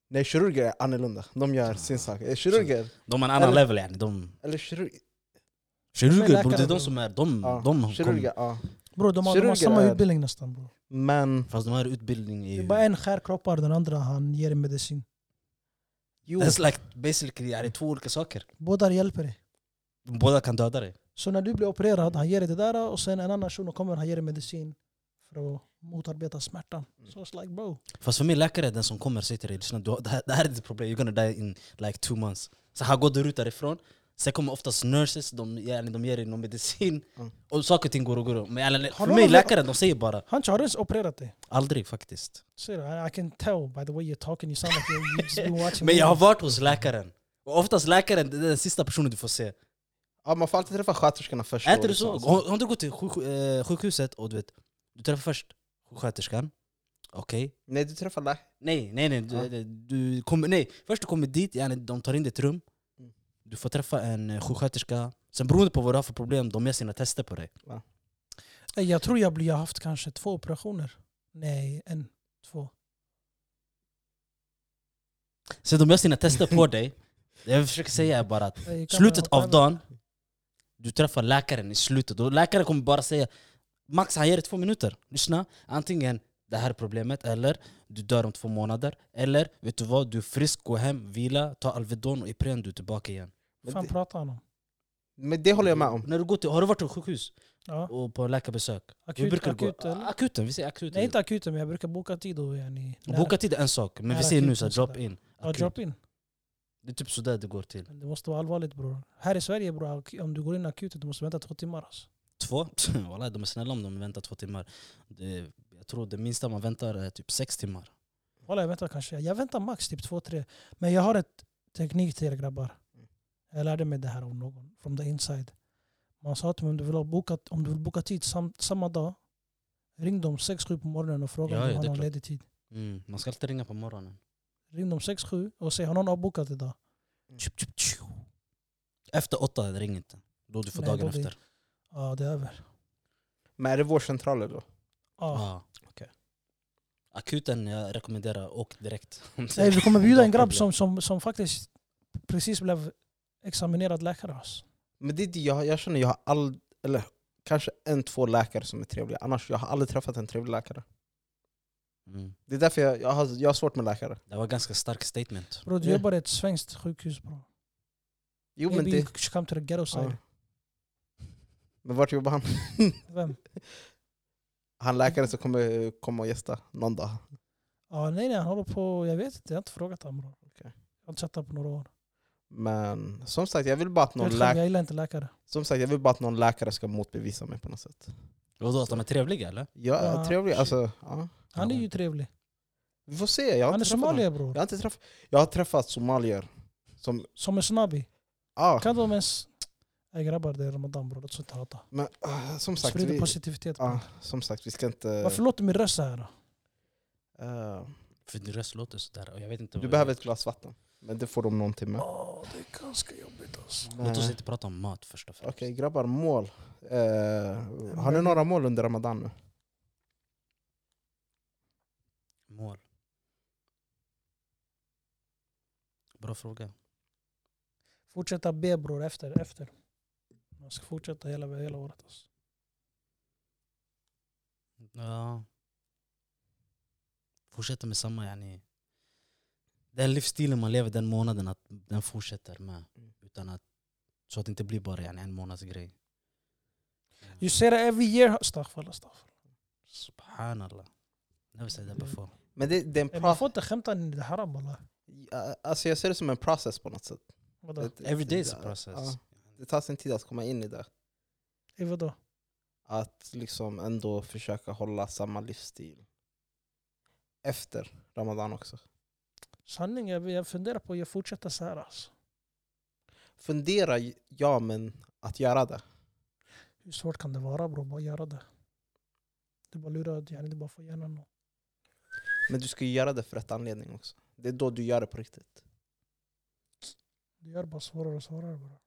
Speaker 2: nej, kirurger är annorlunda. De gör sin sak. Eh, Kirurger,
Speaker 3: De är en annan
Speaker 2: Eller-
Speaker 3: level yani. De,
Speaker 2: eller kirurg,
Speaker 3: kirurger,
Speaker 1: läkare,
Speaker 3: bro, det är de
Speaker 1: bro.
Speaker 3: som är... De,
Speaker 2: ja,
Speaker 3: Mm, de kom,
Speaker 2: kirurger ja.
Speaker 1: Bror de har, de har
Speaker 2: Kirurger
Speaker 1: samma
Speaker 2: är-
Speaker 1: utbildning nästan bror.
Speaker 2: Men
Speaker 3: fast de har utbildning i...
Speaker 1: Det är bara en skär kroppar, den andra han ger en medicin.
Speaker 2: jo,
Speaker 3: That's like basically yani, två olika saker.
Speaker 1: Båda hjälper dig.
Speaker 3: Båda kan döda dig.
Speaker 1: Så när du blir opererad, han ger dig det där och sen en annan shuno kommer han ger dig medicin för att motarbeta smärtan.
Speaker 3: Mm.
Speaker 1: Så it's like bro.
Speaker 3: Fast för mig läkare är den som kommer och säger till dig lyssna, du, har- det, här, det här är ditt problem, you're gonna die in like two months. Så här går du ut därifrån, sen kommer oftast nurses, de, yani, de ger dig någon medicin
Speaker 2: Mm.
Speaker 3: och saker och ting går och går. Men yani,
Speaker 1: Har
Speaker 3: för
Speaker 1: någon
Speaker 3: mig
Speaker 1: av-
Speaker 3: läkare, de säger bara
Speaker 1: Han har du ens opererat dig?
Speaker 3: aldrig faktiskt.
Speaker 1: Ser du? I- I can tell by the way you're talking, you sound like you've just been watching
Speaker 3: Men jag har
Speaker 1: movies.
Speaker 3: varit hos läkaren. Och oftast läkaren, det är den sista personen du får se.
Speaker 2: ja, man får alltid träffa sköterskorna först.
Speaker 3: Är
Speaker 2: då,
Speaker 3: inte det så?
Speaker 2: liksom.
Speaker 3: Har har du gått till sjuk, eh, sjukhuset och du vet, du träffar först sjuksköterskan, okej.
Speaker 2: Nej, du träffar läkaren.
Speaker 3: Nej, nej, nej. Du,
Speaker 2: Ja.
Speaker 3: du- du kommer, nej. Först du kommer dit, yani, de tar in ditt rum.
Speaker 2: Mm.
Speaker 3: Du får träffa en eh, sjuksköterska. Sen beroende på vad du har för problem, de gör sina tester på dig.
Speaker 1: Nej, Jag tror jag blir, jag har haft kanske två operationer. Nej, en, två.
Speaker 3: Sen de gör sina tester på dig. Det jag försöker säga är bara att
Speaker 1: Nej, jag kan
Speaker 3: slutet
Speaker 1: hoppa
Speaker 3: av
Speaker 1: över.
Speaker 3: dagen, du träffar läkaren i slutet. Och läkaren kommer bara säga, max han ger dig två minuter. Lyssna, antingen det här är problemet, eller du dör om två månader. Eller vet du vad, du är frisk, gå hem, vila, ta Alvedon och Ipren, du är tillbaka igen.
Speaker 2: Men
Speaker 1: fan
Speaker 2: det,
Speaker 1: pratar han om?
Speaker 2: men det håller jag med
Speaker 1: Mm.
Speaker 2: om.
Speaker 3: När du går till, har du varit på sjukhus?
Speaker 1: Ja.
Speaker 3: och på läkarbesök. vi
Speaker 1: Akut,
Speaker 3: brukar
Speaker 1: akut
Speaker 3: gå, Ah,
Speaker 1: eller?
Speaker 3: akuten, vi säger akuten.
Speaker 1: Nej inte akuten men jag brukar boka tid och yani,
Speaker 3: Och Boka tid är en sak, men vi
Speaker 1: Nära
Speaker 3: säger nu
Speaker 1: akuten
Speaker 3: så här,
Speaker 1: sådär.
Speaker 3: drop in.
Speaker 1: ja,
Speaker 3: Akut.
Speaker 1: drop in.
Speaker 3: Det är typ sådär det går till.
Speaker 1: Men det måste vara allvarligt bror. Här i Sverige bror, ak- om du går in akuten du måste vänta två timmar alltså.
Speaker 3: Två, Wallah, de är snälla om de väntar två timmar. Det, jag Jag tror det minsta man väntar är typ sex timmar.
Speaker 1: Walla jag väntar kanske. Jag väntar max typ två, tre. Men jag har ett teknik till er grabbar.
Speaker 2: Mm.
Speaker 1: Jag lärde mig det här av någon, from the inside. Man sa till mig om du vill, ha bokat, om du vill boka tid sam, samma dag, ring dem 6-7 på morgonen och fråga
Speaker 3: Ja,
Speaker 1: om
Speaker 3: ja,
Speaker 1: de har
Speaker 3: det är
Speaker 1: någon
Speaker 3: klart.
Speaker 1: ledig tid.
Speaker 3: Mm, Man ska alltid ringa på morgonen.
Speaker 1: Ring dem 6-7 och säg har någon avbokat idag?
Speaker 3: Tjup, tjup, tjup. Efter åtta, ring inte. Då du får
Speaker 1: Nej,
Speaker 3: dagen
Speaker 1: då blir-
Speaker 3: efter.
Speaker 1: Ja, det är över.
Speaker 2: Men är det vårdcentraler då?
Speaker 1: Ja.
Speaker 3: Ah. Akuten, jag rekommenderar åk direkt. Om det-
Speaker 1: Nej, vi kommer
Speaker 3: om
Speaker 1: bjuda
Speaker 3: du
Speaker 1: en
Speaker 3: har
Speaker 1: grabb som,
Speaker 3: problem.
Speaker 1: som, som faktiskt precis blev examinerad läkare. Alltså.
Speaker 2: Men det är det jag, jag känner, jag har all, eller kanske en, två läkare som är trevliga. Annars, jag har aldrig träffat en trevlig läkare.
Speaker 3: Mm.
Speaker 2: Det är därför jag, jag, har, jag har svårt med läkare.
Speaker 3: Det var ganska stark statement.
Speaker 1: Bro, du
Speaker 2: Ja.
Speaker 1: jobbar i ett svenskt sjukhus bro.
Speaker 2: Jo men
Speaker 1: Maybe
Speaker 2: det...
Speaker 1: you should come to the ghetto
Speaker 2: Ja.
Speaker 1: side.
Speaker 2: Men vart jobbar han?
Speaker 1: Vem?
Speaker 2: Han läkaren som kommer komma och gästa någon dag.
Speaker 1: Ja, nej, nej, han håller på... Jag vet inte, jag har inte frågat honom. Bro.
Speaker 2: Okej.
Speaker 1: Jag har inte sett honom på några år.
Speaker 2: Men som sagt, jag vill bara att
Speaker 1: Jag,
Speaker 2: någon,
Speaker 1: vet själv,
Speaker 2: läk
Speaker 1: jag gillar inte läkare.
Speaker 2: som sagt, jag vill bara att någon läkare ska motbevisa mig på något sätt.
Speaker 3: Vadå, att de är trevliga eller?
Speaker 2: Jag är
Speaker 1: Ja.
Speaker 2: trevlig, alltså. Ja.
Speaker 1: Han är
Speaker 3: Ja.
Speaker 1: ju trevlig.
Speaker 2: Vi får se, jag har
Speaker 1: Han är
Speaker 2: inte träffat honom.
Speaker 1: somalier bror.
Speaker 2: Jag har, inte träffat, jag har träffat somalier som...
Speaker 1: Som en snabbi.
Speaker 2: Ah,
Speaker 1: Kan de ens... Nej grabbar, det är ramadan bror. Låt oss inte hata.
Speaker 2: men, ah, som sagt,
Speaker 1: Sprid
Speaker 2: vi,
Speaker 1: positivitet.
Speaker 2: ah,
Speaker 1: bror.
Speaker 2: som sagt, vi ska inte...
Speaker 1: Varför låter min röst så här? då?
Speaker 2: eh,
Speaker 3: För din röst låter sådär. Och jag vet inte
Speaker 2: du
Speaker 3: vad-
Speaker 2: behöver ett glas vatten, men det får de någon timme.
Speaker 1: Ja, det är ganska jobbigt alltså.
Speaker 3: Låt oss
Speaker 2: Nej.
Speaker 3: inte prata om mat först och
Speaker 2: Okej
Speaker 3: främst.
Speaker 2: grabbar, mål. Eh, har ni några mål under Ramadan nu?
Speaker 3: Mål. Bra fråga.
Speaker 1: Fortsätta be bror efter. efter. Man ska fortsätta hela, hela året. Alltså.
Speaker 3: Ja. Fortsätta med samma yani. Den livsstilen man lever den månaden, att den fortsätter med.
Speaker 2: Mm.
Speaker 3: Utan att, så att det inte blir bara yani, en månads grej.
Speaker 1: You say that every year. Astaghfirullah. astaghfirullah.
Speaker 3: Subhanallah. Never said that before.
Speaker 2: Men det, det är en
Speaker 1: Eh, Man
Speaker 2: pro-
Speaker 1: får inte skämta i det haram wallah.
Speaker 2: Ja, alltså jag ser det som en process på något sätt.
Speaker 1: Vadå?
Speaker 2: Det-
Speaker 3: Every day is a
Speaker 2: ja,
Speaker 3: process.
Speaker 2: ja. det tar sin tid att komma in i det.
Speaker 1: Eh, vadå?
Speaker 2: Att liksom ändå försöka hålla samma livsstil. Efter Ramadan också.
Speaker 1: Sanning, jag, jag funderar på att fortsätta så här alltså.
Speaker 2: Fundera, ja men att göra det.
Speaker 1: Hur svårt kan det vara bror? Bara göra det. Du bara lurar, yani, du bara får hjärnan och...
Speaker 2: Men du ska ju göra det för rätt anledning också. Det är då du gör det på riktigt.
Speaker 1: Du gör bara svårare och svårare bara.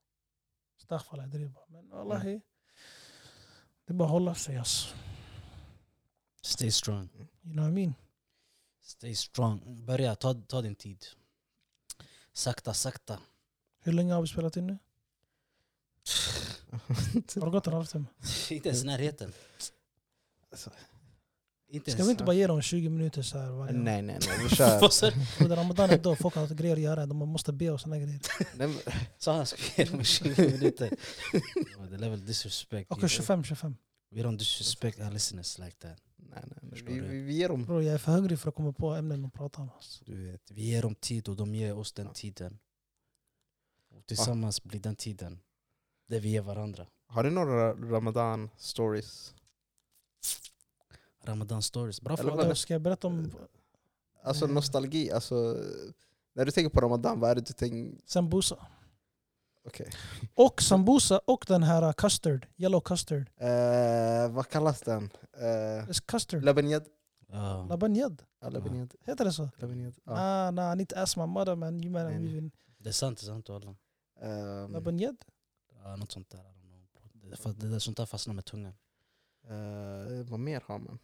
Speaker 1: Astaghfirullah, jag driver. Men
Speaker 2: Mm.
Speaker 1: wallahi. Det är bara att hålla sig alltså.
Speaker 3: Stay strong.
Speaker 1: You know what I mean?
Speaker 3: Stay strong. Börja, ta, ta din tid. Sakta, sakta.
Speaker 1: Hur länge har vi spelat in nu? Har det gått en halvtimme?
Speaker 3: inte ens närheten.
Speaker 2: Alltså.
Speaker 3: Inte
Speaker 1: Ska
Speaker 3: ens.
Speaker 1: vi inte bara ge dem 20 minuter så här varje
Speaker 2: nej nej nej, vi kör.
Speaker 3: Vad sa du?
Speaker 1: Under ramadan är då folk har grejer att göra, de måste be och såna grejer.
Speaker 2: Nej, men-
Speaker 3: Sa han skulle ge dem 20 minuter? Oh, Ja, Det är väl disrespect.
Speaker 1: Okej 25, 25.
Speaker 2: Mm.
Speaker 3: We don't disrespect our listeners like that.
Speaker 2: nej, nej,
Speaker 3: Förstår
Speaker 2: vi,
Speaker 3: du?
Speaker 2: vi, vi ger dem.
Speaker 1: Bro, jag är för hungrig för att komma på ämnen att prata om. Alltså.
Speaker 3: Du vet, vi ger dem tid och de ger oss den
Speaker 2: Ja.
Speaker 3: tiden. Och tillsammans blir den tiden det vi ger varandra.
Speaker 2: Har du några Ramadan stories?
Speaker 3: Ramadan stories. Bra
Speaker 2: Eller
Speaker 3: fråga.
Speaker 1: Vadå, Ska jag berätta om
Speaker 2: Alltså
Speaker 1: Nej.
Speaker 2: nostalgi, alltså... När du tänker på Ramadan, vad är det du tänker?
Speaker 1: sambusa?
Speaker 2: Okej.
Speaker 1: Och sambusa och den här uh, custard, yellow custard.
Speaker 2: Eh, vad kallas den? Eh,
Speaker 1: It's custard.
Speaker 2: Labaniyad?
Speaker 3: Ja,
Speaker 1: Labanjad,
Speaker 2: Ja, Labaniyad.
Speaker 1: heter det så?
Speaker 2: Labaniyad. Ja.
Speaker 1: Ah, nah, I need to ask my mother man. You man,
Speaker 2: Nej, nej.
Speaker 1: even
Speaker 3: det är sant, det är sant alla.
Speaker 2: Ehm,
Speaker 1: labanjad?
Speaker 3: Ja, något sånt där. I don't know. Det, är fa- det där sånt där fastnar med tungan.
Speaker 2: eh, vad mer har man?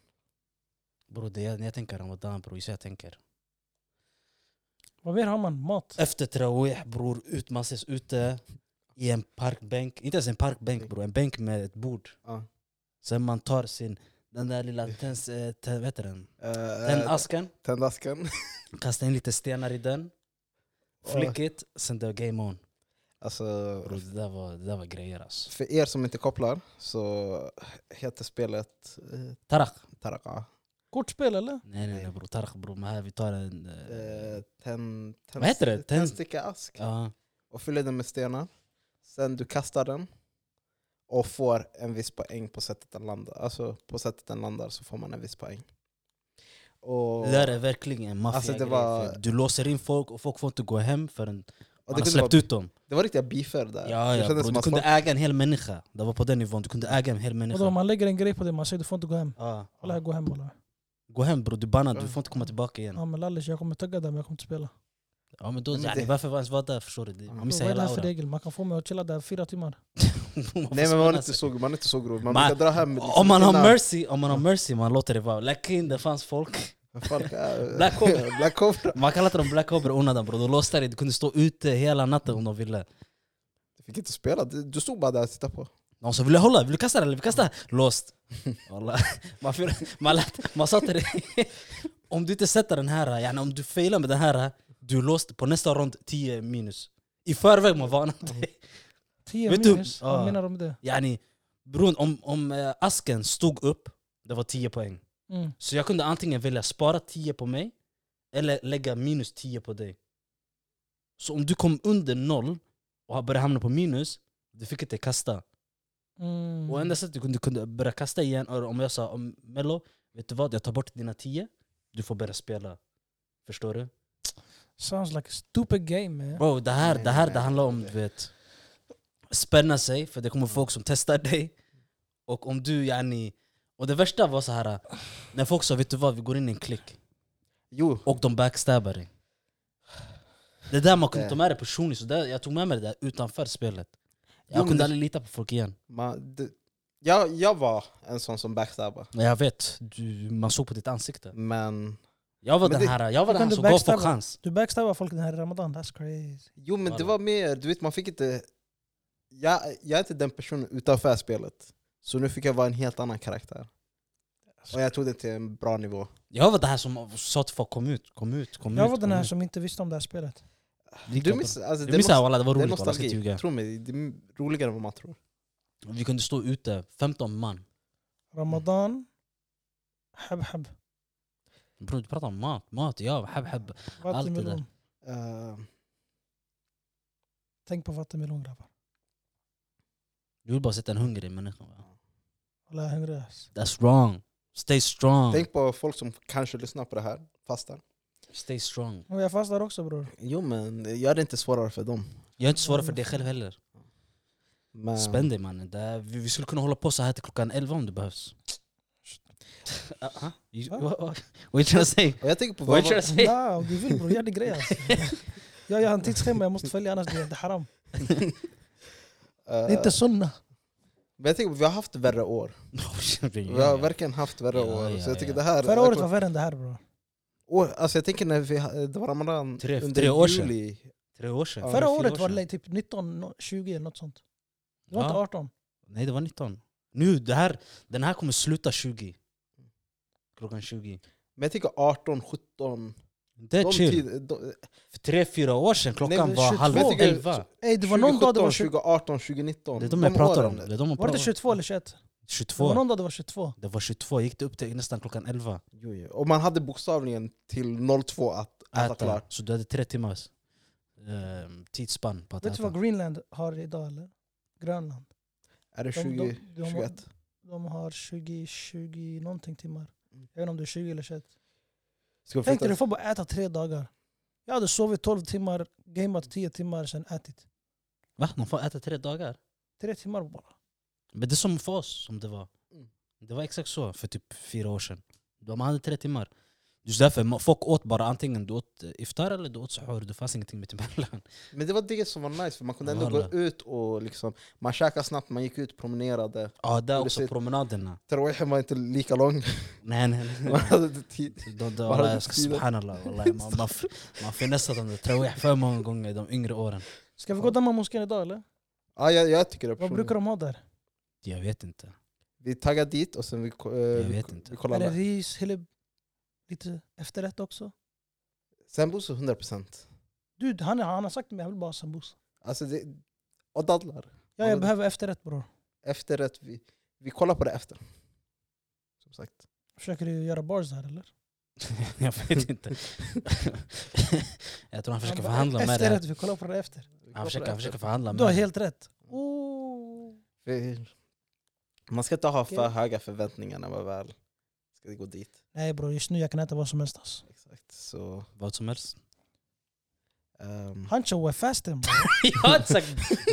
Speaker 3: Bro, det är, när jag tänker Ramadan bror, så jag tänker.
Speaker 1: Vad mer har man? Mat?
Speaker 3: Efter Trawih bror, ut, man ses ute i en parkbänk. Inte ens en parkbänk bror, en bänk med ett bord.
Speaker 2: Ja.
Speaker 3: Sen man tar sin, den där lilla täns, eh, tä- vad heter den?
Speaker 2: Eh,
Speaker 3: Den asken,
Speaker 2: Tändasken.
Speaker 3: kastar in lite stenar i den, flick it, sen det var game on.
Speaker 2: Alltså,
Speaker 3: Bro, det, där var, det där var grejer alltså.
Speaker 2: för er som inte kopplar så heter spelet eh,
Speaker 3: Tarak!
Speaker 2: Taraka.
Speaker 1: Kortspel eller?
Speaker 3: Nej nej nej bror, Tarak bror, men här vi tar en... eh,
Speaker 2: Eh, Tänd...
Speaker 3: Vad heter det? Tänd-
Speaker 2: Tändsticka ask.
Speaker 3: Ja,
Speaker 2: Och fyller den med stenar. Sen du kastar den och får en viss poäng på sättet den landar. Alltså på sättet den landar så får man en viss poäng. Och,
Speaker 3: Det där är verkligen en maffia
Speaker 2: Alltså, det var-
Speaker 3: Du låser in folk och folk får inte gå hem förrän
Speaker 2: och
Speaker 3: man
Speaker 2: det,
Speaker 3: har
Speaker 2: kunde
Speaker 3: släppt
Speaker 2: vara,
Speaker 3: ut dem.
Speaker 2: det var riktiga beefer där.
Speaker 3: Ja,
Speaker 2: Det
Speaker 3: ja,
Speaker 2: kändes
Speaker 3: bro,
Speaker 2: som
Speaker 3: du
Speaker 2: att
Speaker 3: kunde
Speaker 2: folk-
Speaker 3: äga en hel människa. Det var på den nivån. Du kunde äga en hel
Speaker 1: Vadå,
Speaker 3: människa.
Speaker 1: man lägger en grej på dig, man säger du får inte gå hem.
Speaker 3: Ja.
Speaker 1: Alla gå hem bara.
Speaker 3: Ah. Gå hem bror, du är bannad. Du får inte komma tillbaka igen.
Speaker 1: Ja men lallish, jag kommer tugga där men jag kommer inte spela.
Speaker 3: Ja, men då,
Speaker 2: Men
Speaker 3: yani,
Speaker 2: det-
Speaker 3: Varför var ens vara där? Förstår du? Det- Man
Speaker 1: Vad
Speaker 3: missar
Speaker 1: är det
Speaker 3: hela
Speaker 1: här för
Speaker 3: auran.
Speaker 1: regel? Man kan få mig att chilla där fyra timmar.
Speaker 2: Nej men man är inte så, man är inte så grov, man
Speaker 3: Man-
Speaker 2: brukar dra hem
Speaker 3: Om man har mercy, om man har mercy, man låter det vara. Lakin det fanns folk.
Speaker 2: mercy...
Speaker 3: Black Cobra.
Speaker 2: Black Cobra.
Speaker 3: Man kallade dem Black Cobra onödan bror. De låste dig, du kunde stå ute hela natten om de ville.
Speaker 2: Du fick inte spela, du du stod bara där och tittade på.
Speaker 3: Någon som ville hålla, vill du kasta den? Vill du kasta den? Låst. Wallah. Man, fyr, man, lät, man satte det. Om du inte sätter den här, yani om du failar med den här, du är låst på nästa rond 10 minus. I förväg man varnar dig.
Speaker 1: Tio
Speaker 3: Vet du-
Speaker 1: minus? Vad
Speaker 3: Ja.
Speaker 1: menar du med det?
Speaker 3: Yani, beroende, om, om eh, asken stod upp, det var 10 poäng.
Speaker 1: Mm.
Speaker 3: Så jag kunde antingen välja spara 10 på mig eller lägga minus 10 på dig. Så om du kom under noll och har börjat hamna på minus, du fick inte kasta.
Speaker 1: Mm.
Speaker 3: Och enda sättet du kunde, kunde börja kasta igen, är om jag sa om Mello, vet du vad, jag tar bort dina 10, du får börja spela. Förstår du?
Speaker 1: Sounds like a stupid game man.
Speaker 3: Bro, det här,
Speaker 2: Nej,
Speaker 3: det här
Speaker 2: nej,
Speaker 3: det handlar om,
Speaker 2: nej.
Speaker 3: du vet, spänna sig, för det kommer folk som testar dig. Och om du, yani, och det värsta var så här när folk sa vet du vad, vi går in i en klick.
Speaker 2: Jo,
Speaker 3: Och de backstabbar dig. Det där man kunde
Speaker 2: Det-
Speaker 3: ta med det personligt, så där, jag tog med mig det där utanför spelet.
Speaker 2: Jo, men
Speaker 3: Jag kunde
Speaker 2: det-
Speaker 3: aldrig lita på folk igen.
Speaker 2: man, det, jag, jag var en sån som backstabbade.
Speaker 3: Men Jag vet, du, man såg på ditt ansikte.
Speaker 2: Men,
Speaker 3: Jag var
Speaker 2: Men
Speaker 3: den
Speaker 2: det-
Speaker 3: här, jag var
Speaker 1: Hur
Speaker 3: den
Speaker 1: kan
Speaker 3: här
Speaker 1: du
Speaker 3: som gav folk
Speaker 1: backstabba?
Speaker 3: chans.
Speaker 1: Du backstabbar folk den här i Ramadan, that's crazy.
Speaker 2: jo men det
Speaker 3: Vadå?
Speaker 2: var mer, du vet man fick inte... Jag, jag är inte den personen utanför spelet. Så nu fick jag vara en helt annan karaktär. Och jag tog det till en bra nivå.
Speaker 3: Jag var den här som sa till folk kom ut, kom ut, kom
Speaker 1: Jag
Speaker 3: ut.
Speaker 1: var den
Speaker 3: kom
Speaker 1: här
Speaker 3: ut.
Speaker 1: som inte visste om det här spelet.
Speaker 2: Du missar, alltså,
Speaker 3: Du
Speaker 2: det,
Speaker 3: missade
Speaker 2: måste,
Speaker 3: walla, det var
Speaker 2: det är
Speaker 3: roligt walla, ska inte
Speaker 2: nostalgi.
Speaker 3: ljuga.
Speaker 2: Tro mig, det är roligare än vad man tror.
Speaker 3: Vi kunde stå ute, 15 man.
Speaker 1: Ramadan, hab hab.
Speaker 3: Bror du pratar om mat, mat, ja, hab, hab. Allt det
Speaker 1: Vattenmelon.
Speaker 3: där.
Speaker 2: Eh,
Speaker 1: Tänk på vattenmelon grabbar.
Speaker 3: Du vill bara sätta en hungrig människa. va?
Speaker 1: Alla är hungriga. ass.
Speaker 3: That's wrong. Stay strong.
Speaker 2: Tänk på folk som kanske lyssnar på det här, fastar.
Speaker 3: Stay strong.
Speaker 1: Och jag fastar också bror.
Speaker 2: Jo men jag är det inte svårare för dem.
Speaker 3: Jag är inte svårare för dig själv heller.
Speaker 2: Men
Speaker 3: Spänn dig mannen. Det här- Vi vi skulle kunna hålla på så här till klockan 11 om det behövs. Uh, huh? You-
Speaker 1: Va?
Speaker 3: what- what- What you trying to say?
Speaker 2: Och jag tänker på
Speaker 3: What
Speaker 2: vad,
Speaker 3: you trying to say?
Speaker 1: Ja, om du vill bror, gör din grej alltså. Jag jag har en tidsschema jag måste följa annars blir det haram. Det är
Speaker 2: eh,
Speaker 1: inte sunna.
Speaker 2: men jag tänker på, vi har haft värre år. Vi har verkligen haft värre
Speaker 3: Ja,
Speaker 2: år.
Speaker 3: ja,
Speaker 2: så jag tycker
Speaker 3: ja.
Speaker 2: det här...
Speaker 1: Förra året var värre än det här bror.
Speaker 2: år, alltså jag tänker när vi, ha- det var ramadan
Speaker 3: Tre-
Speaker 2: under
Speaker 3: tre år sedan.
Speaker 2: juli.
Speaker 3: Tre år sedan.
Speaker 2: Ja,
Speaker 1: Förra
Speaker 3: fyra
Speaker 1: året var
Speaker 3: sedan.
Speaker 1: det typ 19, no- 20 eller något sånt. Det var
Speaker 3: Ja.
Speaker 1: inte 18.
Speaker 3: Nej, det var 19. Nu, det här, den här kommer sluta 20. Klockan 20.
Speaker 2: Men jag tänker 18, 17.
Speaker 3: Det är
Speaker 2: de
Speaker 3: chill.
Speaker 2: tid- de,
Speaker 3: För tre, fyra år sedan klockan
Speaker 2: men
Speaker 3: var
Speaker 2: 22.
Speaker 3: halv
Speaker 2: Jag tycker-
Speaker 3: elva.
Speaker 1: Ey, det var någon dag det
Speaker 2: 2017,
Speaker 1: var 20,
Speaker 2: 2018, 2019.
Speaker 3: Det är de jag pratar om.
Speaker 2: åren.
Speaker 3: Det är de jag
Speaker 1: Var det
Speaker 3: pratar om.
Speaker 1: 22 eller 21? Det var
Speaker 3: 22.
Speaker 1: någon dag det var 22.
Speaker 3: Det var 22. Gick det upp till nästan klockan 11.
Speaker 2: Jo, jo. Och man hade bokstavligen till 02 att äta
Speaker 3: Äta.
Speaker 2: klart.
Speaker 3: Så du hade tre timmars ehm, tidsspann på att
Speaker 1: Vet du
Speaker 3: äta.
Speaker 1: vad Greenland har idag eller? Grönland.
Speaker 2: Är det
Speaker 1: De- de-
Speaker 2: 20,
Speaker 1: de-
Speaker 2: 21?
Speaker 1: De har 20, 20 någonting timmar. Jag
Speaker 2: Mm.
Speaker 1: vet inte om det är 20 eller 21.
Speaker 2: Ska vi
Speaker 1: Tänk dig
Speaker 2: flytta?
Speaker 1: du får bara äta tre dagar. Jag hade sovit 12 timmar, gameat 10 timmar, sen ätit.
Speaker 3: Va? De får äta tre dagar?
Speaker 1: Tre timmar bara.
Speaker 3: Men det är som för oss, som det var.
Speaker 2: Mm.
Speaker 3: Det var exakt så för typ fyra år sedan. De hade tre timmar. Just därför, ma- folk åt bara antingen du åt eh, iftar eller du åt suhoor. Det fanns ingenting mittemellan.
Speaker 2: Men det var det som var nice, för man kunde ändå
Speaker 3: Walla.
Speaker 2: gå ut och liksom, man käkade snabbt, man gick ut, promenerade.
Speaker 3: Ja, där
Speaker 2: Och det
Speaker 3: också
Speaker 2: ser-
Speaker 3: promenaderna.
Speaker 2: Taraweehen var inte lika lång,
Speaker 3: Nej, nej, nej.
Speaker 2: man hade inte tid.
Speaker 3: De, de,
Speaker 2: Bara
Speaker 3: alla,
Speaker 2: den
Speaker 3: ska,
Speaker 2: tiden.
Speaker 3: subhanallah, wallahi, man, man, man finessade dem där trawih för många gånger i de yngre åren.
Speaker 1: Ska vi gå och damma moskén idag eller?
Speaker 2: Ja, jag, jag tycker det
Speaker 1: Vad
Speaker 2: personligen.
Speaker 1: brukar de ha där?
Speaker 3: Jag vet inte.
Speaker 2: Vi taggar dit och sen vi, ko- eh, vi,
Speaker 3: vet
Speaker 2: ko-
Speaker 3: inte.
Speaker 2: vi kollar
Speaker 1: Eller
Speaker 2: alla.
Speaker 1: ris, hillib, lite efterrätt också.
Speaker 2: Sambusa 100%.
Speaker 1: Du, han, han har sagt till mig jag vill bara ha sambusa.
Speaker 2: Alltså det, och dadlar.
Speaker 1: Ja,
Speaker 2: Vadå?
Speaker 1: jag behöver efterrätt bror.
Speaker 2: Efterrätt, vi, vi kollar på det efter. Som sagt.
Speaker 1: Försöker du göra bars där eller?
Speaker 3: Jag vet inte. Jag tror han försöker förhandla med det. här.
Speaker 1: Efterrätt, vi kollar på det efter.
Speaker 2: Vi kollar
Speaker 3: Han
Speaker 2: på
Speaker 3: försöker,
Speaker 2: det
Speaker 3: han
Speaker 2: efter.
Speaker 3: försöker förhandla
Speaker 1: Du har
Speaker 3: med det.
Speaker 1: helt rätt. Oh.
Speaker 2: Vi- Man ska inte ha för
Speaker 1: Okej.
Speaker 2: höga förväntningar när man väl Ska det gå dit?
Speaker 1: Nej bror, just nu jag kan äta vad som helst alltså.
Speaker 2: Exakt. Så...
Speaker 3: Vad som helst.
Speaker 2: ehm,
Speaker 1: Hancho är fasten bror.
Speaker 3: jag har inte sagt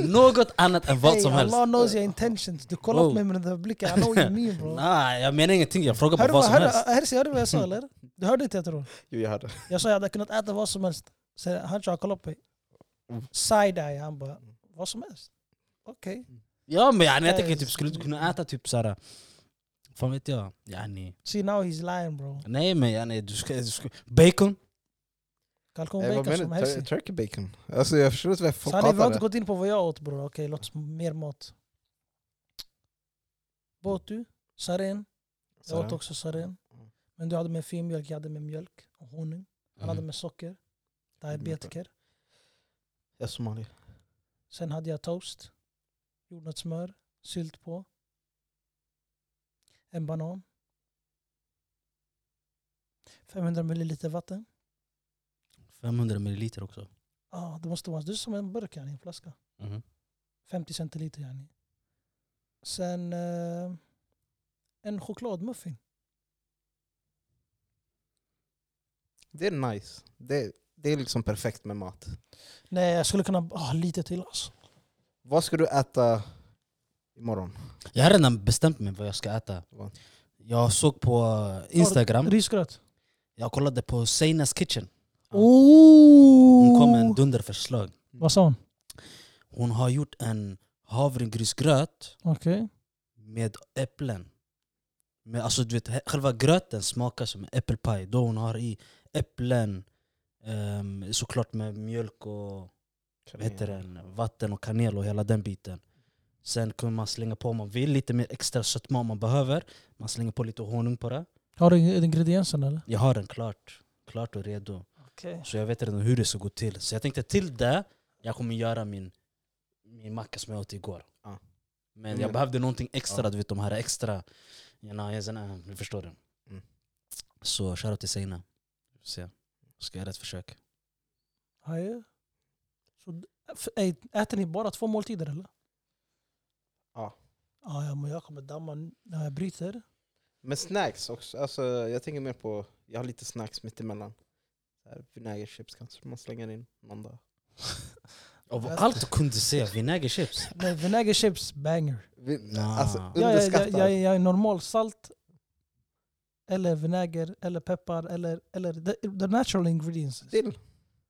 Speaker 3: något annat än vad som
Speaker 1: Hey,
Speaker 3: helst. Oh.
Speaker 1: Allah knows your intentions. Du kollar på
Speaker 3: Wow.
Speaker 1: mig med den där blicken, I know what you mean bror.
Speaker 3: Nej, jag menar ingenting. Jag frågar
Speaker 1: Hörde
Speaker 3: bara vad som helst.
Speaker 1: du vad jag sa eller? Du hörde inte jag tror.
Speaker 2: jo, jag hörde.
Speaker 1: Jag sa jag hade kunnat äta vad som helst. Så han sa kolla på mig. Side-eye, han bara vad som helst. Okej.
Speaker 3: Ja men yani, jag tänker
Speaker 1: Äh,
Speaker 3: typ, skulle du kunna äta typ såhär, fan vet jag, yani.
Speaker 1: See now he's lying bro.
Speaker 3: Nej men yani, du ska, du ska, bacon?
Speaker 1: Kalkon
Speaker 2: Eh, Vad
Speaker 1: bacon som
Speaker 2: menar du?
Speaker 1: helst.
Speaker 2: Tur- Turkey bacon? Alltså jag förstår inte varför
Speaker 1: Så
Speaker 2: folk
Speaker 1: han har
Speaker 2: hatar
Speaker 1: inte
Speaker 2: det.
Speaker 1: gått in på vad jag åt bror. Okej, låt oss mer mat. Botu, saren. Jag åt
Speaker 2: Så-
Speaker 1: också saren. Men du hade med filmjölk, jag hade med mjölk och honung. Han
Speaker 2: Mm.
Speaker 1: hade med socker. Diabetiker.
Speaker 2: Jag är somalier.
Speaker 1: Sen hade jag toast. Jordnötssmör. Sylt på. En banan. 500 milliliter vatten.
Speaker 3: 500 milliliter också.
Speaker 1: Ah, det måste vara det är som en burk, yani, en flaska.
Speaker 3: Mhm.
Speaker 1: 50 centiliter. Yani. Sen eh, en chokladmuffin.
Speaker 2: Det är nice. Det, det är liksom perfekt med mat.
Speaker 1: Nej, jag skulle kunna ah, lite till. Alltså.
Speaker 2: Vad ska du äta imorgon?
Speaker 3: Jag har redan bestämt mig vad jag ska äta.
Speaker 2: Vad?
Speaker 3: Jag såg på eh, Instagram,
Speaker 1: Risgröt.
Speaker 3: jag kollade på Seinas kitchen. Ja. Hon kom med en
Speaker 1: Oh!
Speaker 3: dunderförslag.
Speaker 1: Vad sa hon?
Speaker 3: Hon har gjort en havregrynsgröt
Speaker 1: Okej.
Speaker 3: med äpplen. Med, alltså, du vet, he- själva gröten smakar som en äppelpaj. Då hon har i äpplen, ehm, såklart med mjölk och vad heter den, vatten och kanel och hela den biten. Sen kan man slänga på om man vill lite mer extra sötma om man behöver. Man slänger på lite honung på det.
Speaker 1: Har du ing- ingredienserna eller?
Speaker 3: Jag har den klart, klart och redo.
Speaker 1: Okej.
Speaker 3: Så jag vet redan hur det ska gå till. Så jag tänkte till det, jag kommer göra min, min macka som jag åt igår.
Speaker 2: Ja.
Speaker 3: Men
Speaker 2: Mm.
Speaker 3: jag behövde någonting extra,
Speaker 2: Ja.
Speaker 3: du vet de här extra... Ja, nej, jag, nej, jag förstår det.
Speaker 2: Mm.
Speaker 3: Så shoutout till Seina. Vi får Se. Ska göra ett försök.
Speaker 1: Okay. Äter ni bara två måltider eller?
Speaker 2: Ja.
Speaker 1: Ah, ja, men jag kommer damma n- när jag bryter.
Speaker 2: Men snacks också. Alltså, jag tänker mer på, jag har lite snacks mittemellan. Så här, Vinägerchips kanske man slänger in någon dag.
Speaker 3: Av allt du kunde se, vinägerchips.
Speaker 1: Nej, vinäger chips, banger.
Speaker 2: Vin-
Speaker 3: Ah.
Speaker 2: Alltså
Speaker 1: Jag, jag, jag,
Speaker 2: underskattat.
Speaker 1: jag, jag är normal salt, eller vinäger, eller peppar, eller, eller the, the natural ingredients.
Speaker 2: Dill.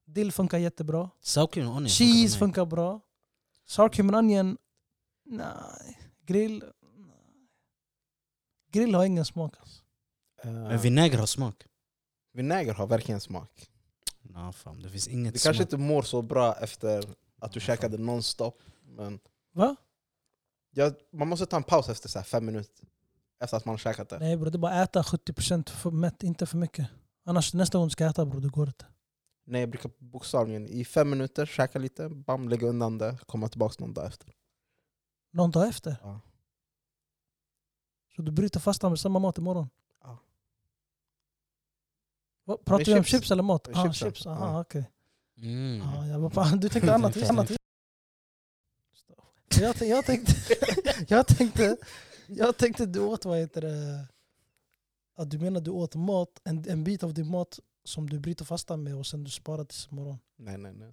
Speaker 1: Dill funkar jättebra.
Speaker 3: Sour cream and onion.
Speaker 1: Cheese
Speaker 3: funkar
Speaker 1: funkar bra. Sour cream and onion, nej. Grill, nej. Grill har ingen smak. Alltså.
Speaker 3: för
Speaker 2: Eh,
Speaker 3: mig. Men vinäger har smak.
Speaker 2: vinäger har verkligen smak.
Speaker 3: Nå fan, det finns inget
Speaker 2: Du
Speaker 3: smak.
Speaker 2: kanske inte mår så bra efter att du
Speaker 3: Ja,
Speaker 2: käkade
Speaker 3: fan.
Speaker 2: nonstop. Men
Speaker 1: Va?
Speaker 2: jag, man måste ta en paus efter så här fem minuter. Efter att man har käkat det.
Speaker 1: Nej bror, det är bara äta 70% för mätt, inte för mycket. Annars nästa gång du ska äta bror, det går inte.
Speaker 2: Nej, jag brukar bokstavligen i fem minuter käka lite, bam, lägga undan det, komma tillbaka någon dag efter.
Speaker 1: Någon dag efter.
Speaker 2: Ja.
Speaker 1: Så du bryter fastan med samma mat imorgon?
Speaker 2: Ja.
Speaker 1: Vad, pratar
Speaker 2: Med
Speaker 1: vi om
Speaker 2: chips.
Speaker 1: chips eller mat?
Speaker 2: Med
Speaker 1: Ah,
Speaker 2: chipsen.
Speaker 1: chips. Aha,
Speaker 2: Ja.
Speaker 1: okej.
Speaker 3: Mm.
Speaker 1: Ah, jag bara, fan, du tänkte annat. annat. Jag, tän- jag, tänkte, jag, tänkte, jag tänkte du åt, vad heter det? Att du menar du åt mat, en, en bit av din mat som du bryter fastan med och sen du sparar tills imorgon.
Speaker 2: Nej, nej, nej.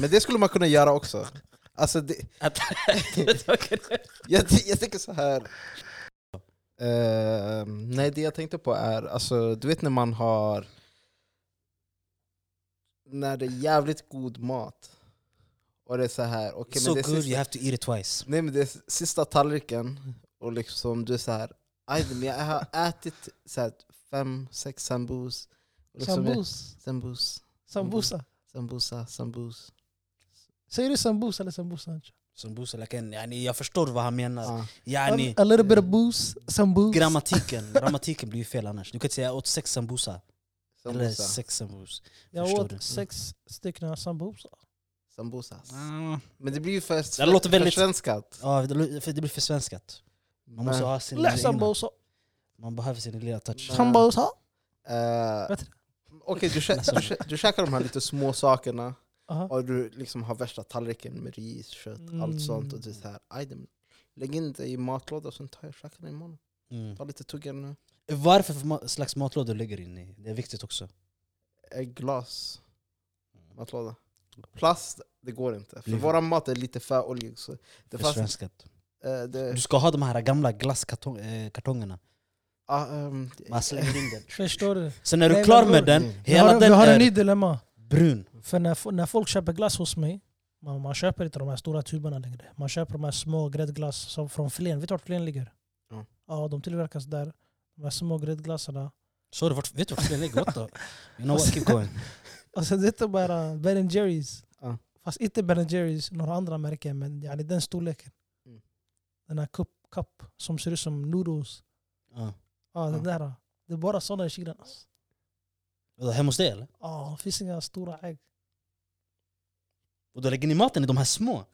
Speaker 2: Men det skulle man kunna göra också. Alltså, det, jag, jag tänker så här. Eh, nej, det jag tänkte på är, alltså, du vet när man har... När det är jävligt god mat. Och det är så här, okej
Speaker 3: It's so
Speaker 2: men det är
Speaker 3: good
Speaker 2: sista,
Speaker 3: you have to eat it twice.
Speaker 2: nej, men det är sista tallriken, och liksom du är så här, "Aj, men jag har ätit så här, fem, sex sambus. Och liksom, jag-
Speaker 1: Sambus.
Speaker 2: Sambus,
Speaker 1: Sambusa.
Speaker 2: sambusa, sambus.
Speaker 1: Säger du sambusa eller sambusa?
Speaker 3: Sambusa laken, yani, jag förstår vad han menar.
Speaker 2: Ah.
Speaker 3: Yani,
Speaker 1: A little bit of booze, sambus.
Speaker 3: grammatiken, grammatiken blir ju fel annars. Du kan inte säga jag åt sex sambusa. Eller
Speaker 2: Sambusa.
Speaker 3: sex sambus.
Speaker 1: Jag
Speaker 3: Förstår du?
Speaker 1: åt sex stycken sambusa.
Speaker 2: Sambusas.
Speaker 3: Mm.
Speaker 2: Men det blir ju för,
Speaker 3: Det låter väldigt-
Speaker 2: försvenskat.
Speaker 3: Ja, det lo- för det blir försvenskat. Man måste ha sin
Speaker 1: Läs
Speaker 3: lilla egna.
Speaker 1: sambusa.
Speaker 3: Man behöver sin lilla touch.
Speaker 2: Men-
Speaker 1: Sambusa.
Speaker 2: Eh,
Speaker 1: Bättre.
Speaker 2: Okej, du, kä- du, kä- du käkar de här lite små sakerna
Speaker 1: Aha.
Speaker 2: och du liksom har värsta tallriken med ris, kött,
Speaker 3: Mm.
Speaker 2: allt sånt. Och du är så här, "Aj, det- Lägg in det i matlådan och sen tar jag och käkar det imorgon.
Speaker 3: Mm.
Speaker 2: Ta lite tuggar nu.
Speaker 3: Varför för ma- slags matlådor ligger inne i? Det är viktigt också.
Speaker 2: Eh, Glas, matlåda. Plast, det går inte. För våran mat är lite för oljig. Så det
Speaker 3: För
Speaker 2: fanns,
Speaker 3: svenskat.
Speaker 2: eh, det,
Speaker 3: Du ska ha de här gamla glasskartongerna.
Speaker 2: ah, ehm,
Speaker 3: Man slänger in den.
Speaker 1: Förstår du?
Speaker 3: Sen när du
Speaker 1: Nej,
Speaker 3: är klar
Speaker 1: men
Speaker 3: med
Speaker 1: bror,
Speaker 3: den,
Speaker 2: mm.
Speaker 1: Vi har,
Speaker 3: hela
Speaker 1: vi
Speaker 3: den
Speaker 1: har en ny
Speaker 3: är
Speaker 1: dilemma.
Speaker 3: brun.
Speaker 1: För när, fo- när folk köper glass hos mig, man, man köper inte de här stora tuberna längre. Man köper de här små gräddglass som från Flen. Vet du vart Flen ligger?
Speaker 2: Ja.
Speaker 1: ja, de tillverkas där. De här små gräddglassarna.
Speaker 3: Sorry, vart, vet du vart den ligger? What the? You know what, keep going.
Speaker 1: Och sen Alltså, det är bara Ben Jerrys.
Speaker 2: Ja.
Speaker 1: Fast inte Ben Jerrys, några andra märken, men yani den storleken.
Speaker 2: Mm.
Speaker 1: Den här cup, cup som ser ut som noodles.
Speaker 3: Ja.
Speaker 1: Ja, den
Speaker 2: Ja.
Speaker 1: där. Det är bara sådana i kylen. alltså.
Speaker 3: Vadå, Hemma hos dig eller?
Speaker 1: Ja, det finns inga stora ägg.
Speaker 3: Och då lägger ni maten i de här små?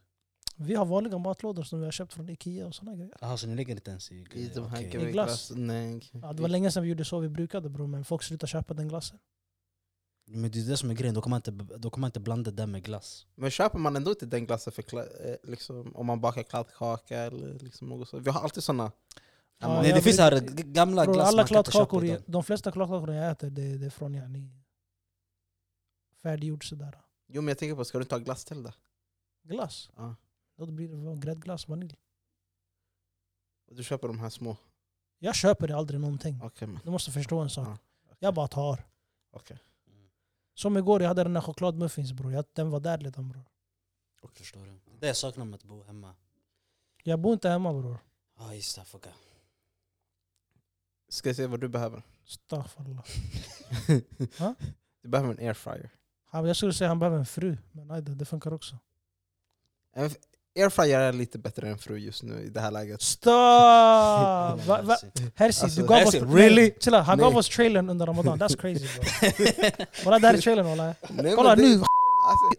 Speaker 1: Vi har vanliga matlådor som vi har köpt från Ikea och sådana grejer.
Speaker 3: Jaha, så ni lägger inte ens i...
Speaker 2: i de här
Speaker 3: okej.
Speaker 1: grejerna.
Speaker 2: okay.
Speaker 1: glass.
Speaker 2: glass. Nej.
Speaker 1: Ja, det var länge sedan vi gjorde så vi brukade bro, men folk slutade köpa den glassen.
Speaker 3: Men det är det som är grejen, då kan man inte, då kan man inte blanda det där med glass.
Speaker 2: Men köper man ändå inte den glassen för kla- eh, liksom, om man bakar kladdkaka eller liksom något sånt? Vi har alltid sådana.
Speaker 1: Ja,
Speaker 3: Nej,
Speaker 1: jag
Speaker 3: det finns
Speaker 1: brukar-
Speaker 3: här g- gamla
Speaker 1: Bro,
Speaker 3: glass
Speaker 1: alla
Speaker 3: man kan inte köpa
Speaker 1: kladdkakor,
Speaker 3: idag.
Speaker 1: jag- de flesta kladdkakor jag äter det, det är från yani, färdiggjord sådär.
Speaker 2: Jo men jag tänker på, ska du inte ha glass till det?
Speaker 1: Glass.
Speaker 2: Ja.
Speaker 1: Då blir det bara gräddglass, vanilj.
Speaker 2: Du köper de här små?
Speaker 1: Jag köper aldrig någonting.
Speaker 2: Okej men.
Speaker 1: Du måste förstå en sak.
Speaker 2: Ja.
Speaker 1: Jag bara tar.
Speaker 2: okej.
Speaker 1: Som igår, jag hade den där chokladmuffins bror. Jag- Den var där redan bror.
Speaker 3: Förstår du? Det är Det jag saknar med att bo hemma.
Speaker 1: Jag bor inte hemma bror.
Speaker 3: Ja just det, fucka.
Speaker 2: Ska jag se vad du behöver?
Speaker 1: Staffallah.
Speaker 2: Du behöver en airfryer.
Speaker 1: Jag skulle säga han behöver en fru, men nej, det det funkar också.
Speaker 2: En f- Airfryer är lite bättre än fru just nu i det här läget.
Speaker 3: آه،
Speaker 1: Stop! va, va, Hersi,
Speaker 2: Alltså,
Speaker 1: du gav
Speaker 3: Hersi,
Speaker 1: oss...
Speaker 3: really?
Speaker 1: Nej, Chilla, han
Speaker 2: Nej.
Speaker 1: gav oss trailern under Ramadan, that's crazy bro. Kolla där är trailern walla.
Speaker 2: Nej, men
Speaker 1: Kolla
Speaker 2: det-
Speaker 1: nu!
Speaker 2: Alltså,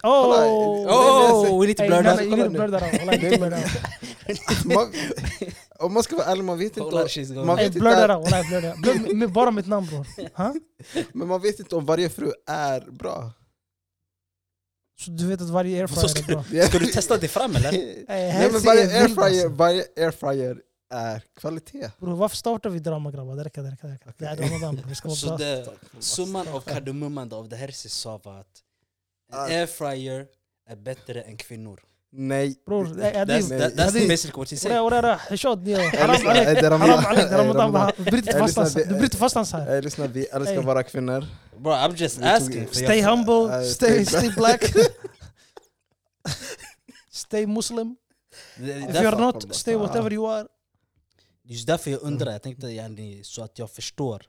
Speaker 1: Oh!
Speaker 2: kolla.
Speaker 3: Oh, we need to
Speaker 1: Hey, nej,
Speaker 3: blur that.
Speaker 1: nej, you
Speaker 2: Kolla
Speaker 1: need to
Speaker 2: nu.
Speaker 1: blur that out. Walla, you need to blur that out.
Speaker 2: man, om man ska vara ärlig, man vet inte
Speaker 3: Kolla,
Speaker 2: om,
Speaker 3: she's
Speaker 1: Hey,
Speaker 2: Man vet
Speaker 3: going.
Speaker 2: inte
Speaker 1: Blur that
Speaker 2: att-
Speaker 1: out, walla, blur that out. Blur mi- mi- Bara mitt namn bror. Ha?
Speaker 2: men man vet inte om varje fru är bra.
Speaker 1: Så du vet att varje
Speaker 3: Så
Speaker 1: airfryer är
Speaker 3: ska
Speaker 1: bra.
Speaker 3: Ska du testa dig fram eller?
Speaker 1: Hey,
Speaker 2: Nej, men
Speaker 1: Hersi
Speaker 2: varje
Speaker 1: är vild
Speaker 2: airfryer,
Speaker 1: alltså.
Speaker 2: varje airfryer är kvalitet.
Speaker 1: Bror varför startar vi drama grabbar? Det räcker, det räcker. det räcker. Det är Ramadan bror, vi ska
Speaker 3: Så
Speaker 1: vara bra.
Speaker 3: det, summan av kardemumman av det här Hersi sa var att en
Speaker 2: Ah.
Speaker 3: airfryer är bättre än kvinnor.
Speaker 2: Nej.
Speaker 1: Bror,
Speaker 3: That's,
Speaker 1: Adil.
Speaker 2: Nej.
Speaker 3: that, that's
Speaker 1: Adil.
Speaker 3: basically what he said.
Speaker 1: Walla walla walla, hashod ni. Haram
Speaker 2: lyssnar,
Speaker 1: alek,
Speaker 2: eh, det är
Speaker 1: haram
Speaker 2: Ramadan.
Speaker 1: alek. Det är
Speaker 2: Eh,
Speaker 1: Ramadan.
Speaker 2: Ramadan.
Speaker 1: Du bryter
Speaker 2: Eh,
Speaker 1: fastans
Speaker 2: lyssna,
Speaker 1: här.
Speaker 2: vi-
Speaker 1: Du bryter fastans här.
Speaker 2: Eh, lyssna, vi älskar
Speaker 1: Hey.
Speaker 2: våra kvinnor.
Speaker 3: Bro, I'm just
Speaker 2: Vi tog-
Speaker 3: asking. för jag-
Speaker 1: Stay humble,
Speaker 2: Eh,
Speaker 1: stay,
Speaker 2: stay
Speaker 1: stay black. stay muslim.
Speaker 3: Det är
Speaker 1: If
Speaker 3: därför-
Speaker 1: you're not, stay whatever you are.
Speaker 3: Just därför jag undrar, jag tänkte yani, så att jag förstår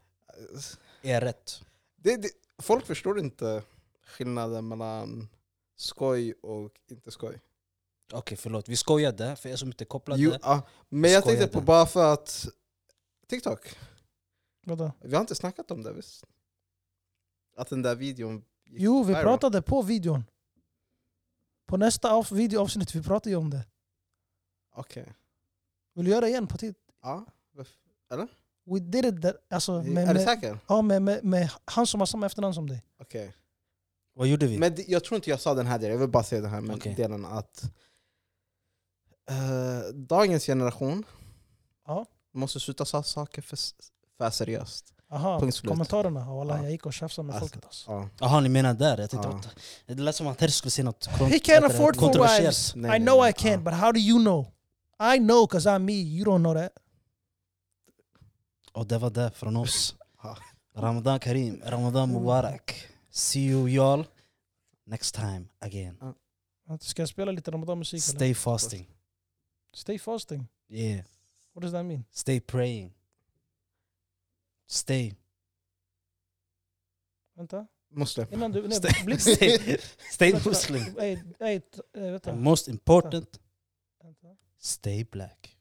Speaker 3: är rätt.
Speaker 2: Det, det, folk förstår inte skillnaden mellan skoj och inte skoj.
Speaker 3: Okej förlåt, vi skojade för er som inte kopplade.
Speaker 2: Jo, ah, men jag tänkte på
Speaker 3: Skojade.
Speaker 2: bara för att TikTok,
Speaker 1: Vadå?
Speaker 2: vi har inte snackat om det visst? Att den där videon gick
Speaker 1: Jo, vi
Speaker 2: viral.
Speaker 1: pratade på videon. På nästa av videoavsnitt, vi pratar ju om det.
Speaker 2: Okej.
Speaker 1: Vill du göra det igen på tid?
Speaker 2: Ja. varför-
Speaker 1: We did it that, alltså, med,
Speaker 2: är du
Speaker 1: med,
Speaker 2: säker?
Speaker 1: ja, med, med, med han som har samma efternamn som dig.
Speaker 2: Okej.
Speaker 3: Vad gjorde vi?
Speaker 2: Men det- jag tror inte jag sa den här delen, jag vill bara säga den här med
Speaker 3: Okej.
Speaker 2: delen att eh, dagens generation
Speaker 1: Ja.
Speaker 2: måste sluta ta saker för, s- för seriöst.
Speaker 1: Aha,
Speaker 2: Punkt slut.
Speaker 1: kommentarerna. Ja, wallah,
Speaker 2: Ja.
Speaker 1: jag gick och tjafsade med
Speaker 2: Alltså,
Speaker 1: folket.
Speaker 3: Oh,
Speaker 1: Alltså.
Speaker 2: Ja.
Speaker 3: Jaha ni menar där? Jag tänkte,
Speaker 2: Ja.
Speaker 3: what- Det lät som att Herr skulle säga något kon-
Speaker 1: He can't
Speaker 3: vad heter det?
Speaker 1: afford four
Speaker 3: Kontroversiellt.
Speaker 1: wives. I
Speaker 2: Nej, nej,
Speaker 1: know
Speaker 2: nej.
Speaker 1: I can,
Speaker 3: Ah.
Speaker 2: Ja.
Speaker 1: but how do you know? I know cause I'm me, you don't know that.
Speaker 3: Och det var det från oss.
Speaker 2: Ja.
Speaker 3: Ramadan Karim, Ramadan Mubarak. See you y'all next time again.
Speaker 1: Ska jag spela lite Ramadan-musik? eller?
Speaker 3: Stay fasting.
Speaker 1: Stay fasting.
Speaker 3: Yeah.
Speaker 1: What does that mean?
Speaker 3: Stay praying. Stay.
Speaker 1: Vänta.
Speaker 2: Muslim.
Speaker 1: Innan du... Nej,
Speaker 3: Stay,
Speaker 1: blick-
Speaker 3: stay, stay Muslim.
Speaker 1: Ey, ey, t- eh, vänta.
Speaker 3: And most important,
Speaker 1: Vänta.
Speaker 3: stay black.